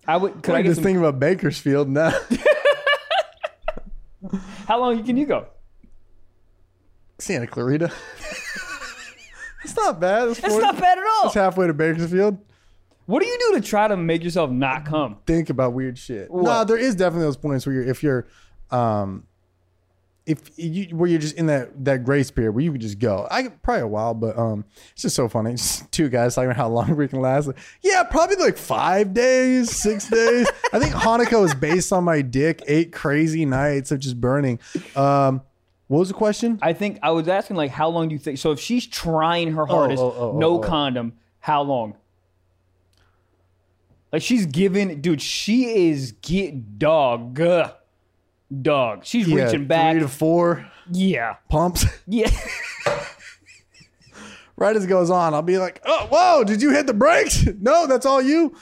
Speaker 2: I would. Could I
Speaker 1: I'm
Speaker 2: get
Speaker 1: just
Speaker 2: some,
Speaker 1: thinking about Bakersfield now.
Speaker 2: How long can you go?
Speaker 1: Santa Clarita. it's not bad. It's,
Speaker 2: It's
Speaker 1: 40
Speaker 2: not bad at all.
Speaker 1: It's halfway to Bakersfield.
Speaker 2: What do you do to try to make yourself not come?
Speaker 1: Think about weird shit. No, there is definitely those points where you're, if you're, um, if you where you're just in that that grace period where you could just go. I could- probably a while, but um, it's just so funny. It's Just two guys talking about how long we can last. Like, yeah, probably like five days, six days. I think Hanukkah was based on my dick. Eight crazy nights of just burning. Um, what was the question?
Speaker 2: I think I was asking like how long do you think? So if she's trying her hardest,
Speaker 1: oh, oh,
Speaker 2: no
Speaker 1: oh, oh.
Speaker 2: condom, how long? Like she's giving, dude. She is get dog, Ugh. dog. She's reaching back.
Speaker 1: three to four
Speaker 2: yeah,
Speaker 1: pumps.
Speaker 2: yeah.
Speaker 1: right as it goes on, I'll be like, oh, whoa, did you hit the brakes? no, that's all you.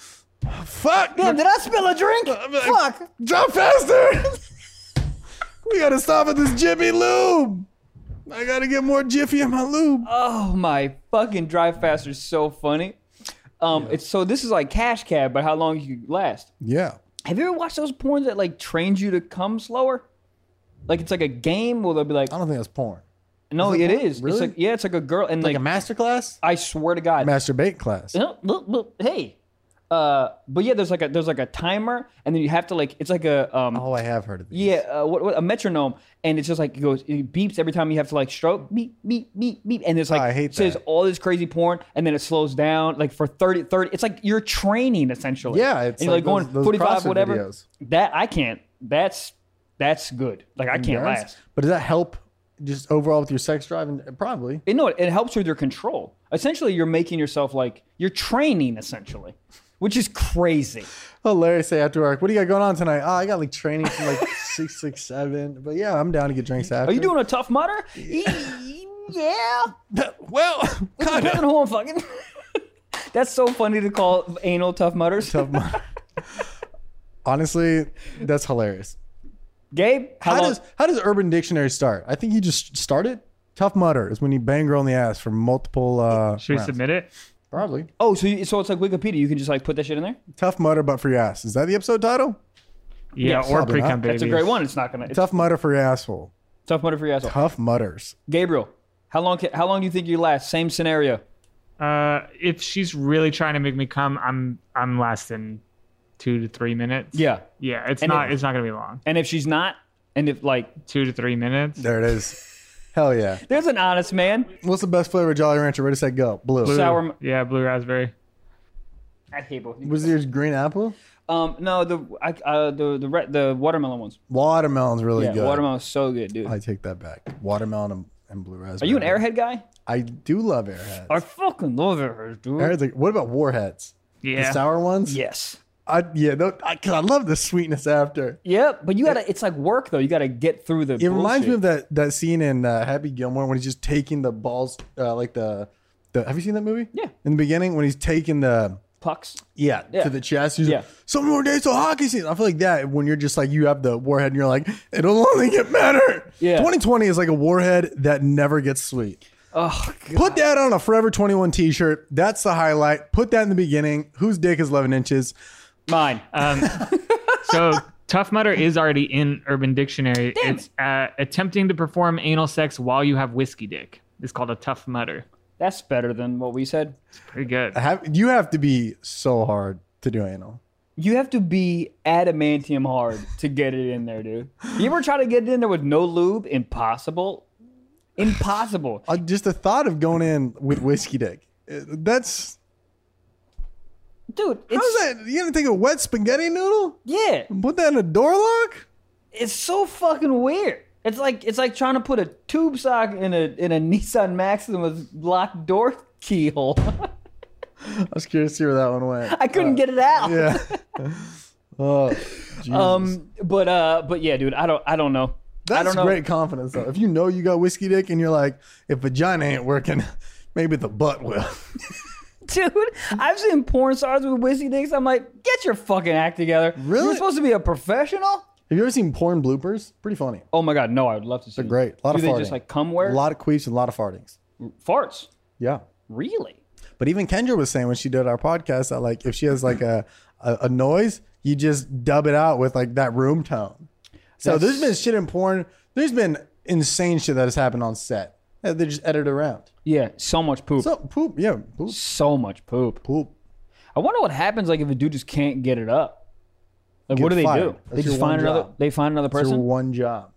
Speaker 1: Fuck.
Speaker 2: Damn, did I spill a drink?
Speaker 1: I'm like-
Speaker 2: Fuck.
Speaker 1: Drop faster. we got to stop at this Jiffy Lube. I got to get more Jiffy in my lube.
Speaker 2: Oh my fucking drive faster is so funny. Um, it's so this is like cash cab, but how long you last?
Speaker 1: yeah.
Speaker 2: Have you ever watched those porns that like trains you to come slower? Like it's like a game where they'll be like,
Speaker 1: I don't think that's porn.
Speaker 2: No, it is.
Speaker 1: Really?
Speaker 2: It's like yeah, it's like a girl and like,
Speaker 1: Like a master class?
Speaker 2: I swear to God.
Speaker 1: Masturbate class.
Speaker 2: No, look, look, hey. Uh, but yeah, there's like a there's like a timer, and then you have to like it's like a um
Speaker 1: Oh, I have heard of these.
Speaker 2: yeah uh, what, what a metronome, and it's just like it goes it beeps every time you have to like stroke beep beep beep beep, and it's like
Speaker 1: I hate
Speaker 2: it says
Speaker 1: that.
Speaker 2: all this crazy porn, and then it slows down like for 30, 30 It's like you're training essentially.
Speaker 1: Yeah, it's
Speaker 2: And you're,
Speaker 1: like those- those CrossFit
Speaker 2: whatever.
Speaker 1: videos.
Speaker 2: That I can't. That's that's good. Like I
Speaker 1: Yes.
Speaker 2: can't last.
Speaker 1: But does that help just overall with your sex drive? And probably.
Speaker 2: it, no, it helps with your control. Essentially, you're making yourself like you're training essentially, which is crazy.
Speaker 1: Hilarious say after work. What do you got going on tonight? Oh, I got like training from like six, six, seven. But yeah, I'm down to get drinks after.
Speaker 2: Are you doing a tough mutter? E- yeah.
Speaker 1: well?
Speaker 2: Depends on who I'm fucking. That's so funny to call anal tough mutters.
Speaker 1: Tough mo- Honestly, that's hilarious.
Speaker 2: Gabe, how,
Speaker 1: How,
Speaker 2: long?
Speaker 1: does how does Urban Dictionary start? I think you just start it. Tough mutter is when you bang girl in the ass for multiple. Uh,
Speaker 3: Should we
Speaker 1: rounds.
Speaker 3: submit it?
Speaker 1: Probably
Speaker 2: oh, so you, so it's like Wikipedia. You can just like put that shit in there.
Speaker 1: tough mutter, but for your ass. Is that the episode title?
Speaker 3: Yeah,
Speaker 2: Yes.
Speaker 3: or
Speaker 1: Probably
Speaker 3: pre
Speaker 1: not.
Speaker 3: cum baby.
Speaker 2: That's a great one. It's not gonna it's tough,
Speaker 1: Tough mutter for your asshole.
Speaker 2: mutter for your asshole.
Speaker 1: Tough mutters.
Speaker 2: Gabriel, how long? Can, how long do you think you last? Same scenario.
Speaker 3: Uh, if she's really trying to make me come, I'm I'm less than two to three minutes.
Speaker 2: Yeah.
Speaker 3: yeah. It's
Speaker 2: And
Speaker 3: not
Speaker 2: it-
Speaker 3: it's not gonna be long.
Speaker 2: And if she's not, and if like,
Speaker 3: Two to three minutes.
Speaker 1: There it is. Hell yeah.
Speaker 2: there's an honest man.
Speaker 1: What's the best flavor of Jolly Rancher? Where does that go? Blue.
Speaker 3: Blue-
Speaker 2: Sour-
Speaker 3: Yeah, blue raspberry.
Speaker 2: I hate both. of you.
Speaker 1: Was yours green apple?
Speaker 2: Um, no, the I, uh, the the re- the watermelon ones.
Speaker 1: Watermelon's really
Speaker 2: Yeah,
Speaker 1: good.
Speaker 2: watermelon's so good, dude.
Speaker 1: I take that back. Watermelon and, and blue
Speaker 2: Are
Speaker 1: raspberry.
Speaker 2: you an airhead guy?
Speaker 1: I do love airheads.
Speaker 2: I fucking love airheads, dude.
Speaker 1: Airheads are- what about warheads?
Speaker 3: Yeah,
Speaker 1: The sour ones?
Speaker 2: Yes.
Speaker 1: I, yeah, because I, 'cause I love the sweetness after.
Speaker 2: Yep, but you gotta. It's like work though. You gotta get through the.
Speaker 1: It reminds me of that that scene in uh, Happy Gilmore when he's just taking the balls, uh, like the, the. Have you seen that movie?
Speaker 2: Yeah.
Speaker 1: In the beginning, when he's taking the
Speaker 2: pucks.
Speaker 1: yeah,
Speaker 2: Yeah.
Speaker 1: to the chest, he's
Speaker 2: Yeah.
Speaker 1: like, some more days of hockey season. I feel like that when you're just like you have the warhead and you're like, it'll only get better.
Speaker 2: Yeah.
Speaker 1: 2020 is like a warhead that never gets sweet.
Speaker 2: Oh, God.
Speaker 1: Put that on a Forever 21 T-shirt. That's the highlight. Put that in the beginning. Whose dick is 11 inches?
Speaker 2: mine.
Speaker 3: Um, so tough mutter is already in urban dictionary
Speaker 2: Damn
Speaker 3: it's uh, attempting to perform anal sex while you have whiskey dick it's called a tough mutter
Speaker 2: That's better than what we said.
Speaker 3: pretty good
Speaker 1: Have, you have to be so hard to do anal.
Speaker 2: You have to be adamantium hard to get it in there, dude. You ever try to get it in there with no lube? Impossible. Impossible.
Speaker 1: Uh, just the thought of going in with whiskey dick. uh, That's
Speaker 2: Dude,
Speaker 1: how's
Speaker 2: it's
Speaker 1: that? You gonna take a wet spaghetti noodle,
Speaker 2: yeah.
Speaker 1: and put that in a door lock?
Speaker 2: It's so fucking weird. It's like it's like trying to put a tube sock in a in a Nissan Maxima's locked door keyhole.
Speaker 1: I was curious to see where that one went.
Speaker 2: I couldn't get it out.
Speaker 1: Yeah. oh, Jesus.
Speaker 2: Um, but uh, but yeah, dude, I don't I don't know.
Speaker 1: That's
Speaker 2: I don't know.
Speaker 1: great confidence though. If you know you got whiskey dick and you're like, if vagina ain't working, maybe the butt will.
Speaker 2: dude. I've seen porn stars with whiskey dicks. I'm like, get your fucking act together.
Speaker 1: Really?
Speaker 2: You're supposed to be a professional.
Speaker 1: Have you ever seen porn bloopers? Pretty funny.
Speaker 2: Oh my god, no! I would love to see. They're
Speaker 1: Great. A lot
Speaker 2: Do
Speaker 1: of
Speaker 2: they
Speaker 1: farting.
Speaker 2: just like come where?
Speaker 1: a lot of queefs and a lot of fartings.
Speaker 2: farts.
Speaker 1: Yeah.
Speaker 2: Really?
Speaker 1: But even Kendra was saying when she did our podcast that like if she has like a a, a noise, you just dub it out with like that room tone. So there's been shit in porn. There's been insane shit that has happened on set. that They just edit around.
Speaker 2: Yeah. So much poop. So,
Speaker 1: So poop, yeah, poop,
Speaker 2: much poop.
Speaker 1: poop.
Speaker 2: I wonder what happens like if a dude just can't get it up. Like what do
Speaker 1: Get
Speaker 2: they
Speaker 1: fired.
Speaker 2: do?
Speaker 1: That's
Speaker 2: they
Speaker 1: your
Speaker 2: just
Speaker 1: one
Speaker 2: find another.
Speaker 1: job.
Speaker 2: They find another
Speaker 1: It's your
Speaker 2: person.
Speaker 1: one job.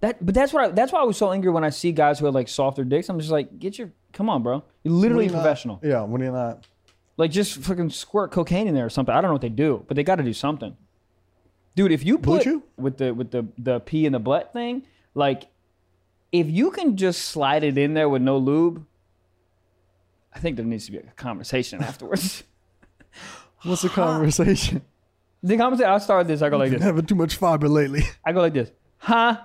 Speaker 2: That, but that's what I, that's why I was so angry when I see guys who have like softer dicks. I'm just like, get your come on, bro. You're literally a
Speaker 1: When you're not-
Speaker 2: professional.
Speaker 1: yeah, when you're not.
Speaker 2: Like just fucking squirt cocaine in there or something. I don't know what they do, but they got to do something. Dude, if you put
Speaker 1: Chew?
Speaker 2: with the with the the pee and the butt thing, like if you can just slide it in there with no lube, I think there needs to be a conversation afterwards.
Speaker 1: What's the conversation?
Speaker 2: the conversation I'll start this. I go like this.
Speaker 1: Having too much fiber lately.
Speaker 2: I go like this. Huh?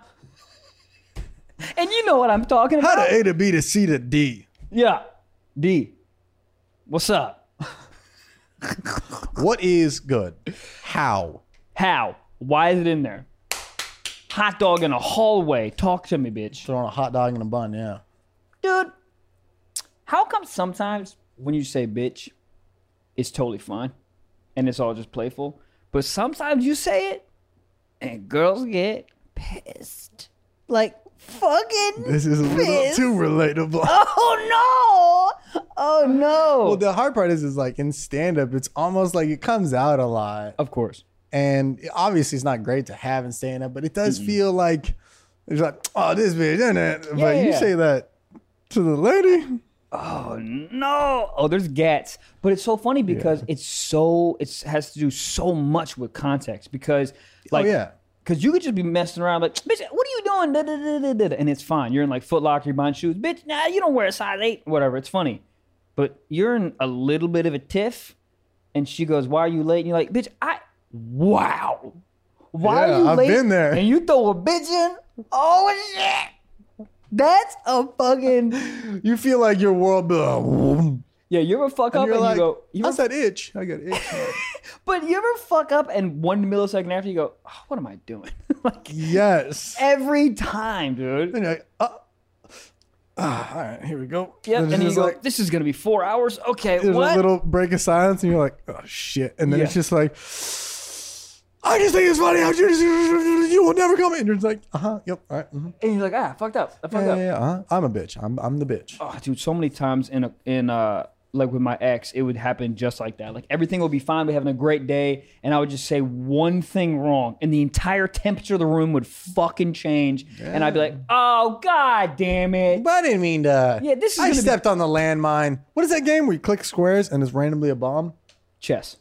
Speaker 2: And you know what I'm talking
Speaker 1: How
Speaker 2: about?
Speaker 1: to A to B to C to D.
Speaker 2: yeah. D. What's up?
Speaker 1: What is good? How?
Speaker 2: How? Why is it in there? Hot dog in a hallway. Talk to me, bitch.
Speaker 1: Throwing a hot dog in a bun, yeah.
Speaker 2: dude how come sometimes when you say bitch it's totally fine and it's all just playful but sometimes you say it and girls get pissed like fucking
Speaker 1: This is a little
Speaker 2: Fizz.
Speaker 1: too relatable.
Speaker 2: oh no oh no
Speaker 1: Well, the hard part is, is like in stand up, it's almost like it comes out a lot.
Speaker 2: of course
Speaker 1: And obviously, it's not great to have in stand up, but it does feel like it's like, oh, this bitch, isn't it? but you
Speaker 2: Yeah.
Speaker 1: say that to the lady.
Speaker 2: oh no oh there's gats but it's so funny because it's so it has to do so much with context because like
Speaker 1: oh, yeah.
Speaker 2: Cause you could just be messing around like, bitch, what are you doing? Da, da, da, da, da, da. And it's fine. You're in like Foot Locker, you're buying shoes. Bitch, nah, you don't wear a size eight. Whatever, it's funny. But you're in a little bit of a tiff, and she goes, Why are you late? And you're like, bitch, I wow. Why
Speaker 1: Yeah,
Speaker 2: are you
Speaker 1: I've
Speaker 2: late?
Speaker 1: been there.
Speaker 2: And you throw a bitch in. Oh shit. That's a fucking
Speaker 1: You feel like your world, be like, "Whoom."
Speaker 2: Yeah, you ever fuck up
Speaker 1: you're
Speaker 2: and
Speaker 1: like,
Speaker 2: you go you
Speaker 1: I
Speaker 2: ever,
Speaker 1: said itch. I got itch.
Speaker 2: But you ever fuck up and one millisecond after you go, oh, what am I doing? like
Speaker 1: yes.
Speaker 2: every time, dude.
Speaker 1: Then you're like, oh, ah, all right, here we go.
Speaker 2: Yep. And,
Speaker 1: it's
Speaker 2: then you
Speaker 1: just
Speaker 2: go,
Speaker 1: like,
Speaker 2: this is gonna be four hours. Okay,
Speaker 1: there's
Speaker 2: what?
Speaker 1: a little break of silence, and you're like, oh shit. And then
Speaker 2: Yeah.
Speaker 1: it's just like, I just think it's funny how you just, you will never come in. You're just like, uh huh, yep, all right, mhm,
Speaker 2: and you're like, ah, fucked up. I fucked
Speaker 1: yeah,
Speaker 2: up.
Speaker 1: yeah, yeah, uh-huh. I'm a bitch. I'm I'm the bitch.
Speaker 2: Oh, dude, so many times in a, in uh like with my ex, it would happen just like that. Like everything would be fine, we're having a great day, and I would just say one thing wrong, and the entire temperature of the room would fucking change, and I'd be like, oh god damn it.
Speaker 1: But I didn't mean to.
Speaker 2: Yeah, this is
Speaker 1: I
Speaker 2: gonna be-
Speaker 1: stepped on the landmine. What is that game where you click squares and it's randomly a bomb?
Speaker 2: Chess.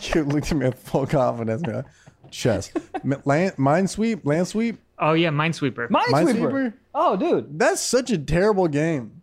Speaker 1: You looked at me with full confidence. Man. Chess, M- land, mine sweep, land sweep,
Speaker 3: Oh yeah, Minesweeper.
Speaker 2: Minesweeper.
Speaker 1: Minesweeper?
Speaker 2: Oh, dude.
Speaker 1: That's such a terrible game.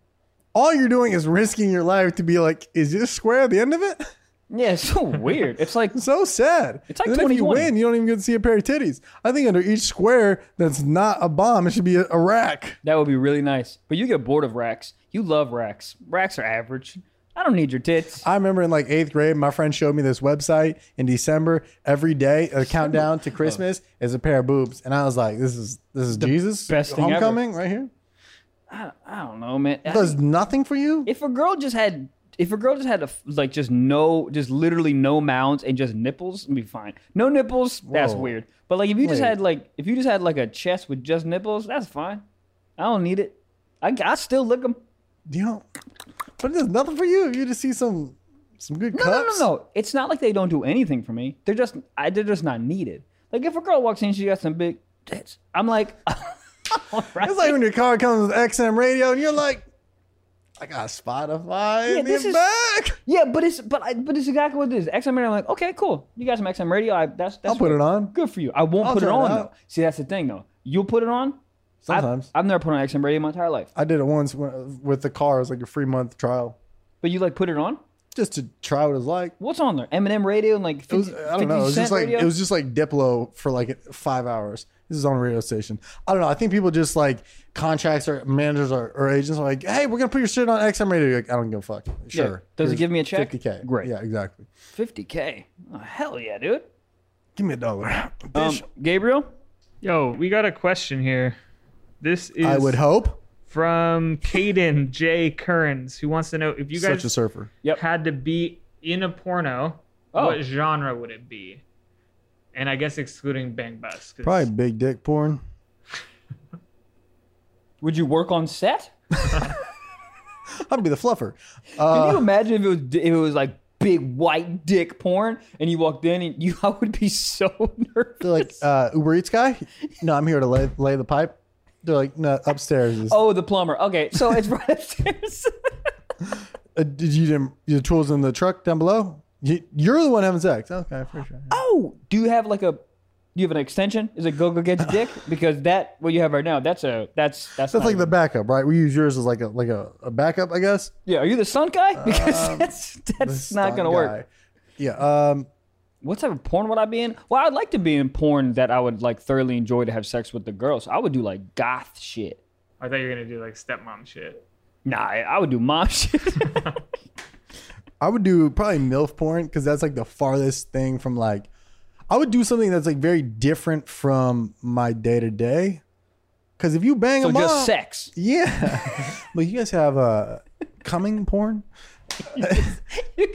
Speaker 1: All you're doing is risking your life to be like, is this square at the end of it?
Speaker 2: Yeah, it's so weird. It's like
Speaker 1: So sad.
Speaker 2: It's like
Speaker 1: And then if you
Speaker 2: 2020.
Speaker 1: win, you don't even get to see a pair of titties. I think under each square that's not a bomb, it should be a, a rack.
Speaker 2: That would be really nice. But you get bored of racks. You love racks. Racks are average. I don't need your tits.
Speaker 1: I remember in like eighth grade, my friend showed me this website in December. Every day, a countdown
Speaker 2: Oh.
Speaker 1: to Christmas is a pair of boobs, and I was like, "This is this is Jesus
Speaker 2: best thing ever.
Speaker 1: homecoming right here."
Speaker 2: I don't know, man.
Speaker 1: Does nothing for you.
Speaker 2: if a girl just had, if a girl just had a, f- like just no, just literally no mounds and just nipples, it'd be fine. No nipples, that's
Speaker 1: Whoa.
Speaker 2: weird. But like if you just
Speaker 1: Wait.
Speaker 2: had like, if you just had like a chest with just nipples, that's fine. I don't need it. I, I still lick them.
Speaker 1: You don't. But there's nothing for you. You just see some some good
Speaker 2: No, no, no,
Speaker 1: cups.
Speaker 2: no. It's not like they don't do anything for me. They're just, I, they're just not needed. Like if a girl walks in, she got some big tits. I'm like, all right.
Speaker 1: It's like when your car comes with XM radio, and you're like, I got Spotify.
Speaker 2: Yeah,
Speaker 1: and
Speaker 2: this
Speaker 1: it
Speaker 2: is-
Speaker 1: back.
Speaker 2: Yeah, but it's but I, but it's exactly what it is. XM radio. I'm like, okay, cool. You got some XM radio. I, that's that's
Speaker 1: I'll put it on
Speaker 2: good for you. I won't
Speaker 1: I'll
Speaker 2: put it
Speaker 1: turn it
Speaker 2: on
Speaker 1: up.
Speaker 2: though. See, that's the thing though. You'll put it on. I've-
Speaker 1: sometimes. I,
Speaker 2: I've, never put on XM radio in my entire life.
Speaker 1: did it once when- with the car. It was like a free month trial,
Speaker 2: But you like put it on.
Speaker 1: just to try what it's like.
Speaker 2: What's on there? Eminem radio and like 50,
Speaker 1: It was, I don't know. It was just like it was just like Diplo for like five hours. This is on a radio station. I don't know. I think people just like contracts or managers or, or agents are like, hey, we're gonna put your shit on XM radio. You're like, I don't give a fuck. Sure.
Speaker 2: Does it
Speaker 1: Here's
Speaker 2: give me a check?
Speaker 1: 50k.
Speaker 2: Great.
Speaker 1: Yeah, exactly.
Speaker 2: 50k. Oh, hell yeah, dude.
Speaker 1: Give me a dollar.
Speaker 2: Um,
Speaker 1: Bitch.
Speaker 2: Gabriel.
Speaker 3: Yo, we got a question here. This is
Speaker 1: I would hope.
Speaker 3: from Caden J. Kearns, who wants to know if you
Speaker 1: Such
Speaker 3: guys
Speaker 1: a surfer.
Speaker 2: Yep.
Speaker 3: had to be in a porno,
Speaker 2: Oh.
Speaker 3: what genre would it be? And I guess excluding Bang Bus. 'cause-
Speaker 1: Probably big dick porn.
Speaker 2: Would you work on set?
Speaker 1: I'd be the fluffer.
Speaker 2: Can you
Speaker 1: Uh,
Speaker 2: imagine if it was if it was like big white dick porn and you walked in and you I would be so nervous.
Speaker 1: they're like uh, Uber Eats guy. No, I'm here to lay, lay the pipe. They're like, no, upstairs. Is,
Speaker 2: oh, the plumber. Okay, so it's right upstairs.
Speaker 1: uh, did you didn't, your tools in the truck down below? You, you're the one having sex. Okay, for sure.
Speaker 2: oh, do you have like a do you have an extension? Is it go go get your dick? Because that what you have right now, that's a that's that's,
Speaker 1: That's
Speaker 2: not
Speaker 1: like the
Speaker 2: even-
Speaker 1: backup, right? We use yours as like a like a, a backup, I guess.
Speaker 2: Yeah, are you the stunt guy? Because that's that's
Speaker 1: This
Speaker 2: not gonna
Speaker 1: Uh, stunt
Speaker 2: work.
Speaker 1: guy. Yeah. Um.
Speaker 2: What type of porn would I be in? Well, I'd like to be in porn that I would like thoroughly enjoy to have sex with the girls. I would do like goth shit.
Speaker 3: I thought you were gonna do like stepmom shit.
Speaker 2: Nah, I I would do mom shit.
Speaker 1: I would do probably MILF porn because that's like the farthest thing from like, I would do something that's like very different from my day to day. Because if you bang
Speaker 2: so
Speaker 1: a
Speaker 2: just
Speaker 1: mom-
Speaker 2: sex.
Speaker 1: yeah. but you guys have uh, coming porn?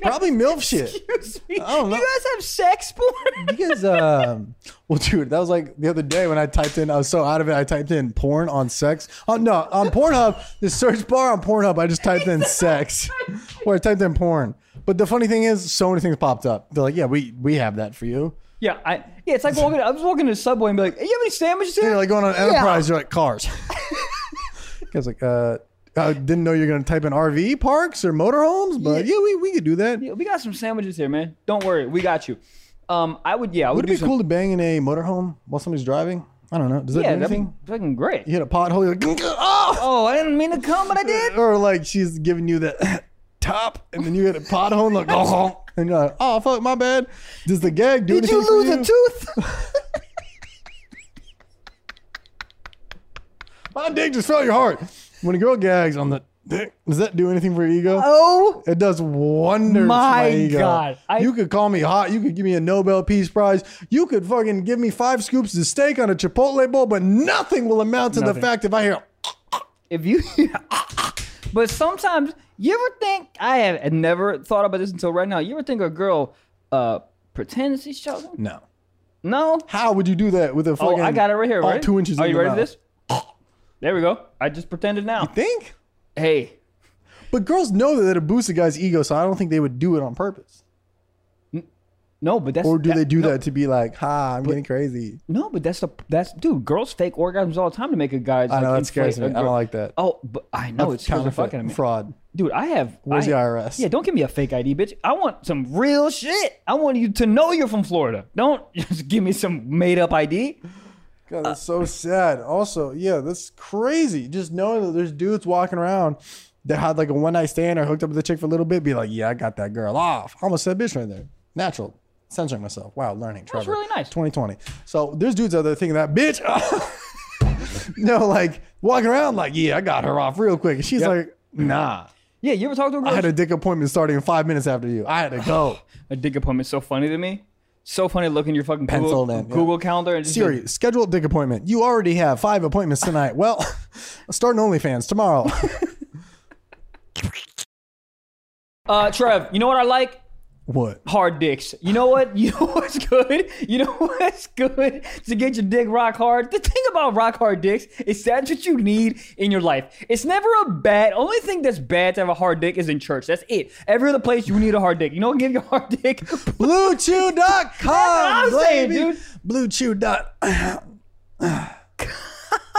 Speaker 1: probably MILF shit.
Speaker 2: Excuse me.
Speaker 1: don't know.
Speaker 2: You guys have sex porn?
Speaker 1: You guys, um, well, dude, that was like the other day when I typed in, I was so out of it, I typed in porn on sex. Oh, no, on Pornhub, the search bar on Pornhub, I just typed in sex or I typed in porn. But the funny thing is, so many things popped up. They're like, yeah, we, we have that for you.
Speaker 2: yeah, I yeah, it's like walking I was walking to Subway and be like, hey, you have any sandwiches here?
Speaker 1: You're like going on Enterprise, you're like cars. Guys, like, uh, I didn't know you're going to type in RV parks or motorhomes, but yeah, we, we could do that.
Speaker 2: Yeah, we got some sandwiches here, man. Don't worry, we got you. Um, I would yeah, I would,
Speaker 1: Would it
Speaker 2: do
Speaker 1: be
Speaker 2: some,
Speaker 1: cool to bang in a motorhome while somebody's driving? I don't know. Does that
Speaker 2: Yeah,
Speaker 1: do
Speaker 2: that'd be
Speaker 1: anything?
Speaker 2: fucking great.
Speaker 1: You hit a pothole, you're like, oh!
Speaker 2: Oh, I didn't mean to come, but I did.
Speaker 1: or like she's giving you the top, and then you hit a pothole, and like, oh, and you're like, oh fuck, my bad. Does the gag do
Speaker 2: Did
Speaker 1: anything
Speaker 2: you lose
Speaker 1: for
Speaker 2: a tooth?
Speaker 1: My dick just fell your heart. When a girl gags on the dick, does that do anything for your ego?
Speaker 2: Oh,
Speaker 1: It does wonders. for
Speaker 2: My
Speaker 1: my ego.
Speaker 2: God. I-
Speaker 1: you could call me hot. You could give me a Nobel Peace Prize. You could fucking give me five scoops of steak on a Chipotle bowl, but nothing will amount to the
Speaker 3: Nothing.
Speaker 1: fact if I hear.
Speaker 2: if you but sometimes you ever think i have had never thought about this until right now you ever think a girl uh pretends she's choking
Speaker 1: No.
Speaker 2: no
Speaker 1: How would you do that with a
Speaker 2: oh
Speaker 1: fucking?
Speaker 2: i got it right here
Speaker 1: all
Speaker 2: right
Speaker 1: two inches.
Speaker 2: are
Speaker 1: in
Speaker 2: you
Speaker 1: the
Speaker 2: ready for
Speaker 1: mouth?
Speaker 2: this there we go i just pretended now
Speaker 1: Think.
Speaker 2: hey
Speaker 1: But girls know that it boosts a guy's ego, so I don't think they would do it on purpose.
Speaker 2: no but that's
Speaker 1: Or do
Speaker 2: that-
Speaker 1: they do that to be like, "Ha, I'm getting crazy"?
Speaker 2: no but that's the that's dude girls fake orgasms all the time to make a guy's
Speaker 1: I
Speaker 2: like,
Speaker 1: know that
Speaker 2: inflate
Speaker 1: scares me.
Speaker 2: a
Speaker 1: I don't
Speaker 2: girl.
Speaker 1: like that.
Speaker 2: oh but i know it's kind of fucking I mean.
Speaker 1: fraud.
Speaker 2: dude i have
Speaker 1: Where's
Speaker 2: I-
Speaker 1: the IRS?
Speaker 2: Yeah, don't give me a fake ID, bitch. I want some real shit. I want you to know you're from Florida. Don't just give me some made up ID.
Speaker 1: God, that's
Speaker 2: Uh,
Speaker 1: so sad. Also, yeah, that's crazy. Just knowing that there's dudes walking around that had like a one night stand or hooked up with a chick for a little bit, be like, "Yeah, I got that girl off." Almost said bitch right there. Natural. Censoring myself. Wow, learning. Trevor.
Speaker 2: really nice.
Speaker 1: 2020. So there's dudes out there thinking that bitch. no, like walking around like, "Yeah, I got her off real quick," and she's like, "Nah."
Speaker 2: Yeah, you ever talk to a girl?
Speaker 1: I had a dick appointment starting five minutes after you. I had to go.
Speaker 2: a dick appointment's so funny to me. So funny looking your fucking Google,
Speaker 1: Penciled in, yeah.
Speaker 2: Google calendar and just
Speaker 1: Siri, schedule a dick appointment. You already have five appointments tonight. Well, starting OnlyFans tomorrow.
Speaker 2: Uh, Trev, you know what I like?
Speaker 1: what?
Speaker 2: Hard dicks. You know what? You know what's good? You know what's good to get your dick rock hard? The thing about rock hard dicks is that's what you need in your life. It's never a bad. Only thing that's bad to have a hard dick is in church. That's it. Every other place you need a hard dick. You know what? Give you a hard dick.
Speaker 1: BlueChew.com,
Speaker 2: I'm saying,
Speaker 1: baby.
Speaker 2: dude.
Speaker 1: BlueChew. dot-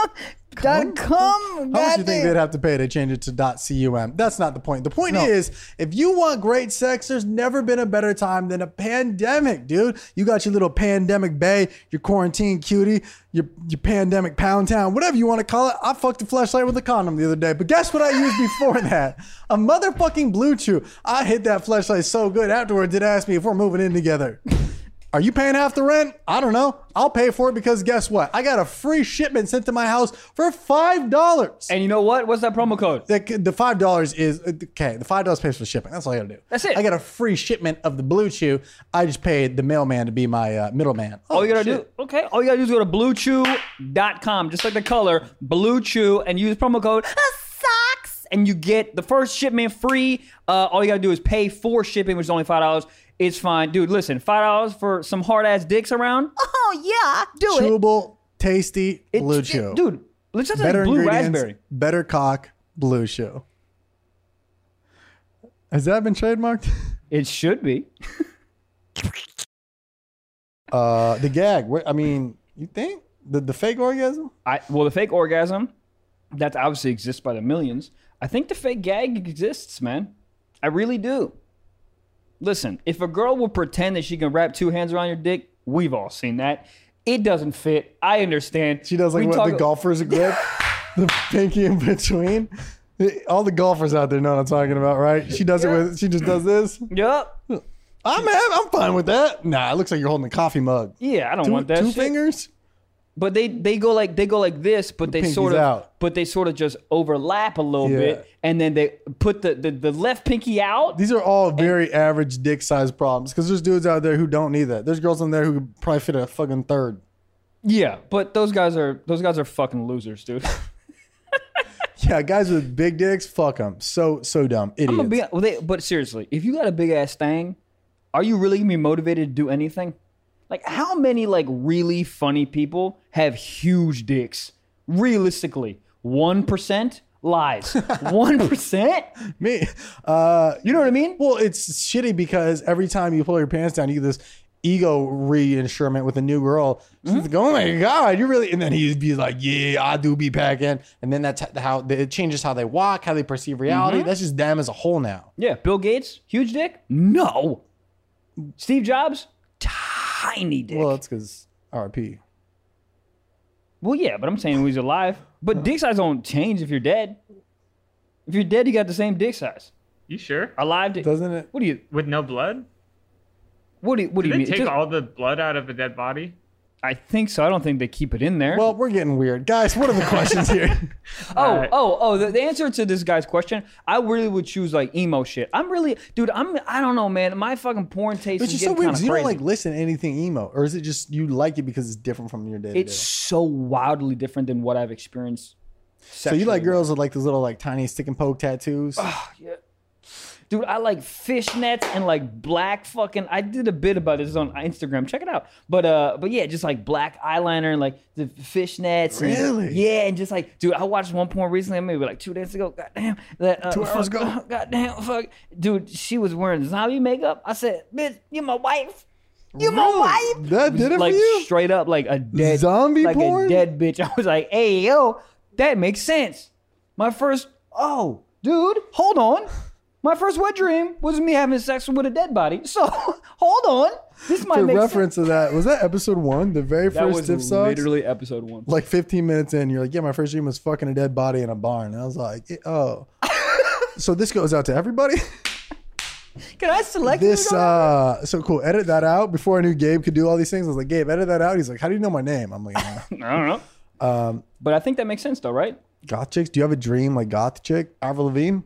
Speaker 2: Dot com.
Speaker 1: How much you think
Speaker 2: goddamn.
Speaker 1: they'd have to pay to change it to .cum? That's not the point. The point is, if you want great sex, there's never been a better time than a pandemic, dude. You got your little pandemic bay, your quarantine cutie, your your pandemic pound town, whatever you want to call it. I fucked a flashlight with a condom the other day, but guess what I used before that? A motherfucking blue chew. I hit that flashlight so good afterwards. It asked me if we're moving in together. Are you paying half the rent? I don't know. I'll pay for it because guess what? I got a free shipment sent to my house for five dollars.
Speaker 2: And you know what? What's that promo code?
Speaker 1: The, the five dollars is okay. The five dollars pays for the shipping. That's all I gotta do.
Speaker 2: That's it.
Speaker 1: I got a free shipment of the blue chew. I just paid the mailman to be my uh, middleman.
Speaker 2: All you gotta
Speaker 1: shit.
Speaker 2: do, okay, all you gotta do is go to bluechew.com, just like the color, blue chew, and use promo code uh, SOCKS, and you get the first shipment free. Uh, all you gotta do is pay for shipping, which is only $5. It's fine. Dude, listen, $5 for some hard ass dicks around? Oh, yeah, do it.
Speaker 1: chewable, tasty blue
Speaker 2: It's-
Speaker 1: chew.
Speaker 2: Dude, let's just
Speaker 1: better
Speaker 2: blue
Speaker 1: ingredients,
Speaker 2: raspberry.
Speaker 1: better cock, blue chew. Has that been trademarked?
Speaker 2: It should be.
Speaker 1: Uh, the gag. where- I mean, you think the the fake orgasm?
Speaker 2: I Well, the fake orgasm, that obviously exists by the millions. I think the fake gag exists, man. I really do. Listen, if a girl will pretend that she can wrap two hands around your dick, we've all seen that. It doesn't fit. I understand.
Speaker 1: She does like
Speaker 2: We
Speaker 1: what
Speaker 2: talk-
Speaker 1: the golfers grip, the pinky in between. All the golfers out there know what I'm talking about, right? She does it with she just does this.
Speaker 2: Yup.
Speaker 1: I'm happy, I'm fine with that. Nah, it looks like you're holding a coffee mug.
Speaker 2: Yeah, I don't
Speaker 1: Two,
Speaker 2: want that.
Speaker 1: two
Speaker 2: shit.
Speaker 1: fingers?
Speaker 2: But they they go like they go like this, but they
Speaker 1: pinky's
Speaker 2: sort of
Speaker 1: out.
Speaker 2: but they sort of just overlap a little
Speaker 1: Yeah.
Speaker 2: bit, and then they put the the, the left pinky out.
Speaker 1: These are all very average dick size problems because there's dudes out there who don't need that. There's girls in there who could probably fit a fucking third.
Speaker 2: Yeah, but those guys are those guys are fucking losers, dude.
Speaker 1: Yeah, guys with big dicks, fuck them. So so dumb,
Speaker 2: I'm
Speaker 1: idiots.
Speaker 2: gonna be, well, they, but seriously, if you got a big ass thing, are you really gonna be motivated to do anything? Like, how many like really funny people have huge dicks? Realistically, one percent lies. One percent.
Speaker 1: Me, uh,
Speaker 2: You know what I mean?
Speaker 1: Well, it's shitty because every time you pull your pants down, you get this ego reinsurement with a new girl. She's
Speaker 2: Hmm?
Speaker 1: like, "Oh my god, you really?" And then he'd be like, "Yeah, I do be packing." And then that's how it changes how they walk, how they perceive reality.
Speaker 2: Mm-hmm.
Speaker 1: That's just them as a whole now.
Speaker 2: Yeah. Bill Gates, huge dick? No. Steve Jobs, tiny dick.
Speaker 1: Well,
Speaker 2: Well,
Speaker 1: that's because R.I.P.
Speaker 2: yeah, but I'm saying when he's alive. But dick size don't change if you're dead. If you're dead, you got the same dick size.
Speaker 3: You sure?
Speaker 2: Alive, dick.
Speaker 1: Doesn't it?
Speaker 2: What do you?
Speaker 3: With no blood?
Speaker 2: What do you? What do
Speaker 3: Do
Speaker 2: you
Speaker 3: they
Speaker 2: mean?
Speaker 3: take
Speaker 2: Just-
Speaker 3: all the blood out of a dead body?
Speaker 2: I think so. I don't think they keep it in there.
Speaker 1: Well, we're getting weird, guys. What are the questions here?
Speaker 2: oh,
Speaker 3: right.
Speaker 2: oh, oh, the, the answer to this guy's question, I really would choose like emo shit. I'm really, dude, I'm, I don't know, man. My fucking porn taste
Speaker 1: Which is
Speaker 2: is
Speaker 1: so
Speaker 2: getting
Speaker 1: weird.
Speaker 2: kind of
Speaker 1: 'cause
Speaker 2: crazy.
Speaker 1: You don't like listen to anything emo, or is it just you like it because it's different from your day to
Speaker 2: it's
Speaker 1: day?
Speaker 2: so wildly different than what I've experienced.
Speaker 1: So you like girls with like those little like tiny stick and poke tattoos?
Speaker 2: Dude, I like fishnets and like black fucking. I did a bit about this on Instagram. Check it out. But uh, but yeah, just like black eyeliner and like the fishnets. and-
Speaker 1: Really?
Speaker 2: yeah, and just like, dude, I watched one porn recently, maybe like two days ago. Goddamn, that uh,
Speaker 1: Two hours
Speaker 2: fuck,
Speaker 1: ago.
Speaker 2: uh, goddamn, fuck, dude, she was wearing zombie makeup. I said, bitch, you my wife. You my wife.
Speaker 1: that did it
Speaker 2: like
Speaker 1: for you?
Speaker 2: straight up, like a dead
Speaker 1: Zombie
Speaker 2: like
Speaker 1: porn?
Speaker 2: a dead bitch. I was like, hey yo, that makes sense. My first, oh, dude, hold on. My first wet dream was me having sex with a dead body. So hold on, this might
Speaker 1: the
Speaker 2: make
Speaker 1: reference to that was that episode one, the very
Speaker 2: sense.
Speaker 1: first Diff Socks.
Speaker 2: episode one.
Speaker 1: Like 15 minutes in, you're like, yeah, my first dream was fucking a dead body in a barn. And I was like, eh, oh. so this goes out to everybody.
Speaker 2: Can I select
Speaker 1: This,
Speaker 2: who to go
Speaker 1: uh, so cool. Edit that out. Before I knew Gabe could do all these things, I was like, Gabe, edit that out. He's like, how do you know my name? I'm like, "Uh, um,
Speaker 2: to? I don't know. but I think that makes sense though, right?
Speaker 1: goth chicks? Do you have a dream like goth chick? Avril Lavigne?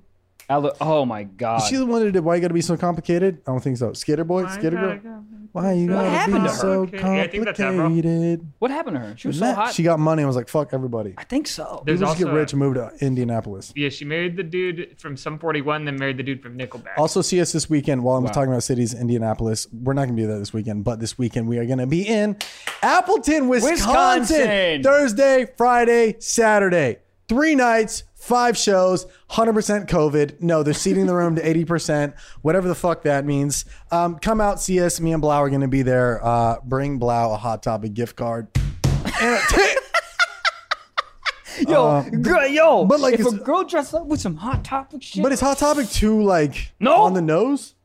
Speaker 2: Ale- oh my god,
Speaker 1: Is she the one that did Why You Gotta Be So Complicated? I don't think so. Skitter Boy? Skitter Girl? Why You Gotta
Speaker 2: happened
Speaker 1: Be
Speaker 2: to her?
Speaker 1: So
Speaker 3: Okay. Yeah, I think that's Avril.
Speaker 1: Complicated?
Speaker 2: what happened to her? She was so
Speaker 1: Matt,
Speaker 2: hot.
Speaker 1: she got money. I was like, fuck everybody.
Speaker 2: I think so.
Speaker 3: There's
Speaker 1: People just
Speaker 3: also
Speaker 1: get rich and move to Indianapolis.
Speaker 3: yeah, she married the dude from Sum 41, then married the dude from Nickelback.
Speaker 1: Also, see us this weekend while I'm talking about cities, Indianapolis. We're not going to do that this weekend, but this weekend we are going to be in Appleton, Wisconsin,
Speaker 2: Wisconsin.
Speaker 1: Thursday, Friday, Saturday. Three nights, five shows, 100% COVID. No, they're seating the room to 80%, whatever the fuck that means. Um, come out, see us. Me and Blau are going to be there. Uh, bring Blau a Hot Topic gift card. And a ticket.
Speaker 2: Yo,
Speaker 1: Uh,
Speaker 2: girl, yo.
Speaker 1: but, like,
Speaker 2: if a
Speaker 1: it's-
Speaker 2: girl dressed up with some hot topic shit,
Speaker 1: But is Hot Topic too like
Speaker 2: No.
Speaker 1: on the nose?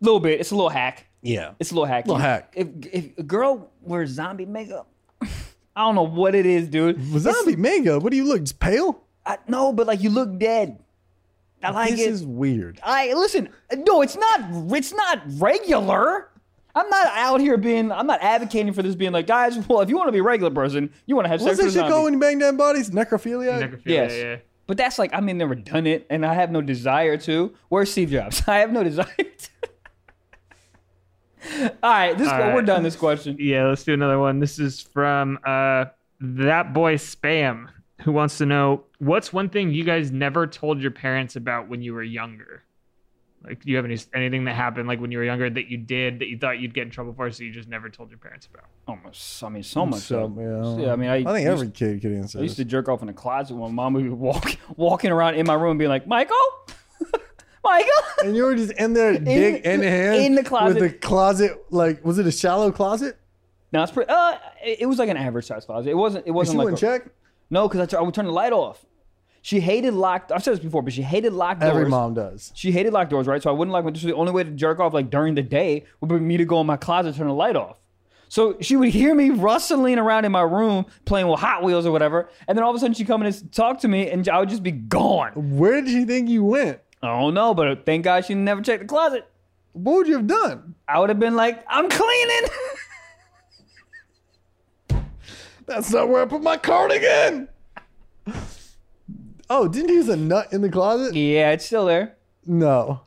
Speaker 2: a little bit. It's a little hack.
Speaker 1: Yeah.
Speaker 2: It's a little hacky.
Speaker 1: Little hack.
Speaker 2: If if a girl wears zombie makeup, I don't know what it is, dude.
Speaker 1: Zombie Mango, what do you look? Just pale?
Speaker 2: I, no, but like you look dead. I like
Speaker 1: This
Speaker 2: it.
Speaker 1: is weird.
Speaker 2: I listen. No, it's not. It's not regular. I'm not out here being. I'm not advocating for this being like, guys. Well, if you want to be a regular person, you want to have
Speaker 1: What's
Speaker 2: sex with
Speaker 1: that
Speaker 2: a
Speaker 1: shit
Speaker 2: zombie.
Speaker 1: called when you bang dead bodies? Necrophilia?
Speaker 3: Necrophilia,
Speaker 2: Yes.
Speaker 3: yeah.
Speaker 2: But that's like, I mean, never done it, and I have no desire to. Where's Steve Jobs? I have no desire. to. All right, this
Speaker 3: All
Speaker 2: we're
Speaker 3: right.
Speaker 2: done. This question.
Speaker 3: Yeah, let's do another one. This is from uh that boy spam who wants to know what's one thing you guys never told your parents about when you were younger. Like, do you have any anything that happened like when you were younger that you did that you thought you'd get in trouble for, so you just never told your parents about?
Speaker 2: Almost. I mean, so much.
Speaker 1: So,
Speaker 2: So,
Speaker 1: yeah.
Speaker 2: yeah, I mean, I,
Speaker 1: I think
Speaker 2: used-
Speaker 1: every kid could answer
Speaker 2: I used
Speaker 1: this.
Speaker 2: to jerk off in a closet when my mom would be walk, walking around in my room, being like, "Michael, Michael."
Speaker 1: And you were just in there, dick in hand,
Speaker 2: in the closet.
Speaker 1: with the closet. Like, was it a shallow closet?
Speaker 2: No, it's pretty. Uh, it it was like an average size closet. It wasn't. It
Speaker 1: She
Speaker 2: wasn't like
Speaker 1: wouldn't
Speaker 2: a-
Speaker 1: check.
Speaker 2: no, because I tu- I would turn the light off. She hated locked. I've said this before, but she hated locked doors.
Speaker 1: Every mom does.
Speaker 2: She hated locked doors, right? So I wouldn't like. So the only way to jerk off like during the day would be me to go in my closet, turn the light off. So she would hear me rustling around in my room playing with Hot Wheels or whatever, and then all of a sudden she'd come in and s- talk to me, and I would just be gone.
Speaker 1: Where did she think you went?
Speaker 2: I don't know, but thank God she never checked the closet.
Speaker 1: What would you have done?
Speaker 2: I would have been like, I'm cleaning.
Speaker 1: That's not where I put my cardigan. Oh, didn't he use a nut in the closet?
Speaker 2: yeah, it's still there.
Speaker 1: No.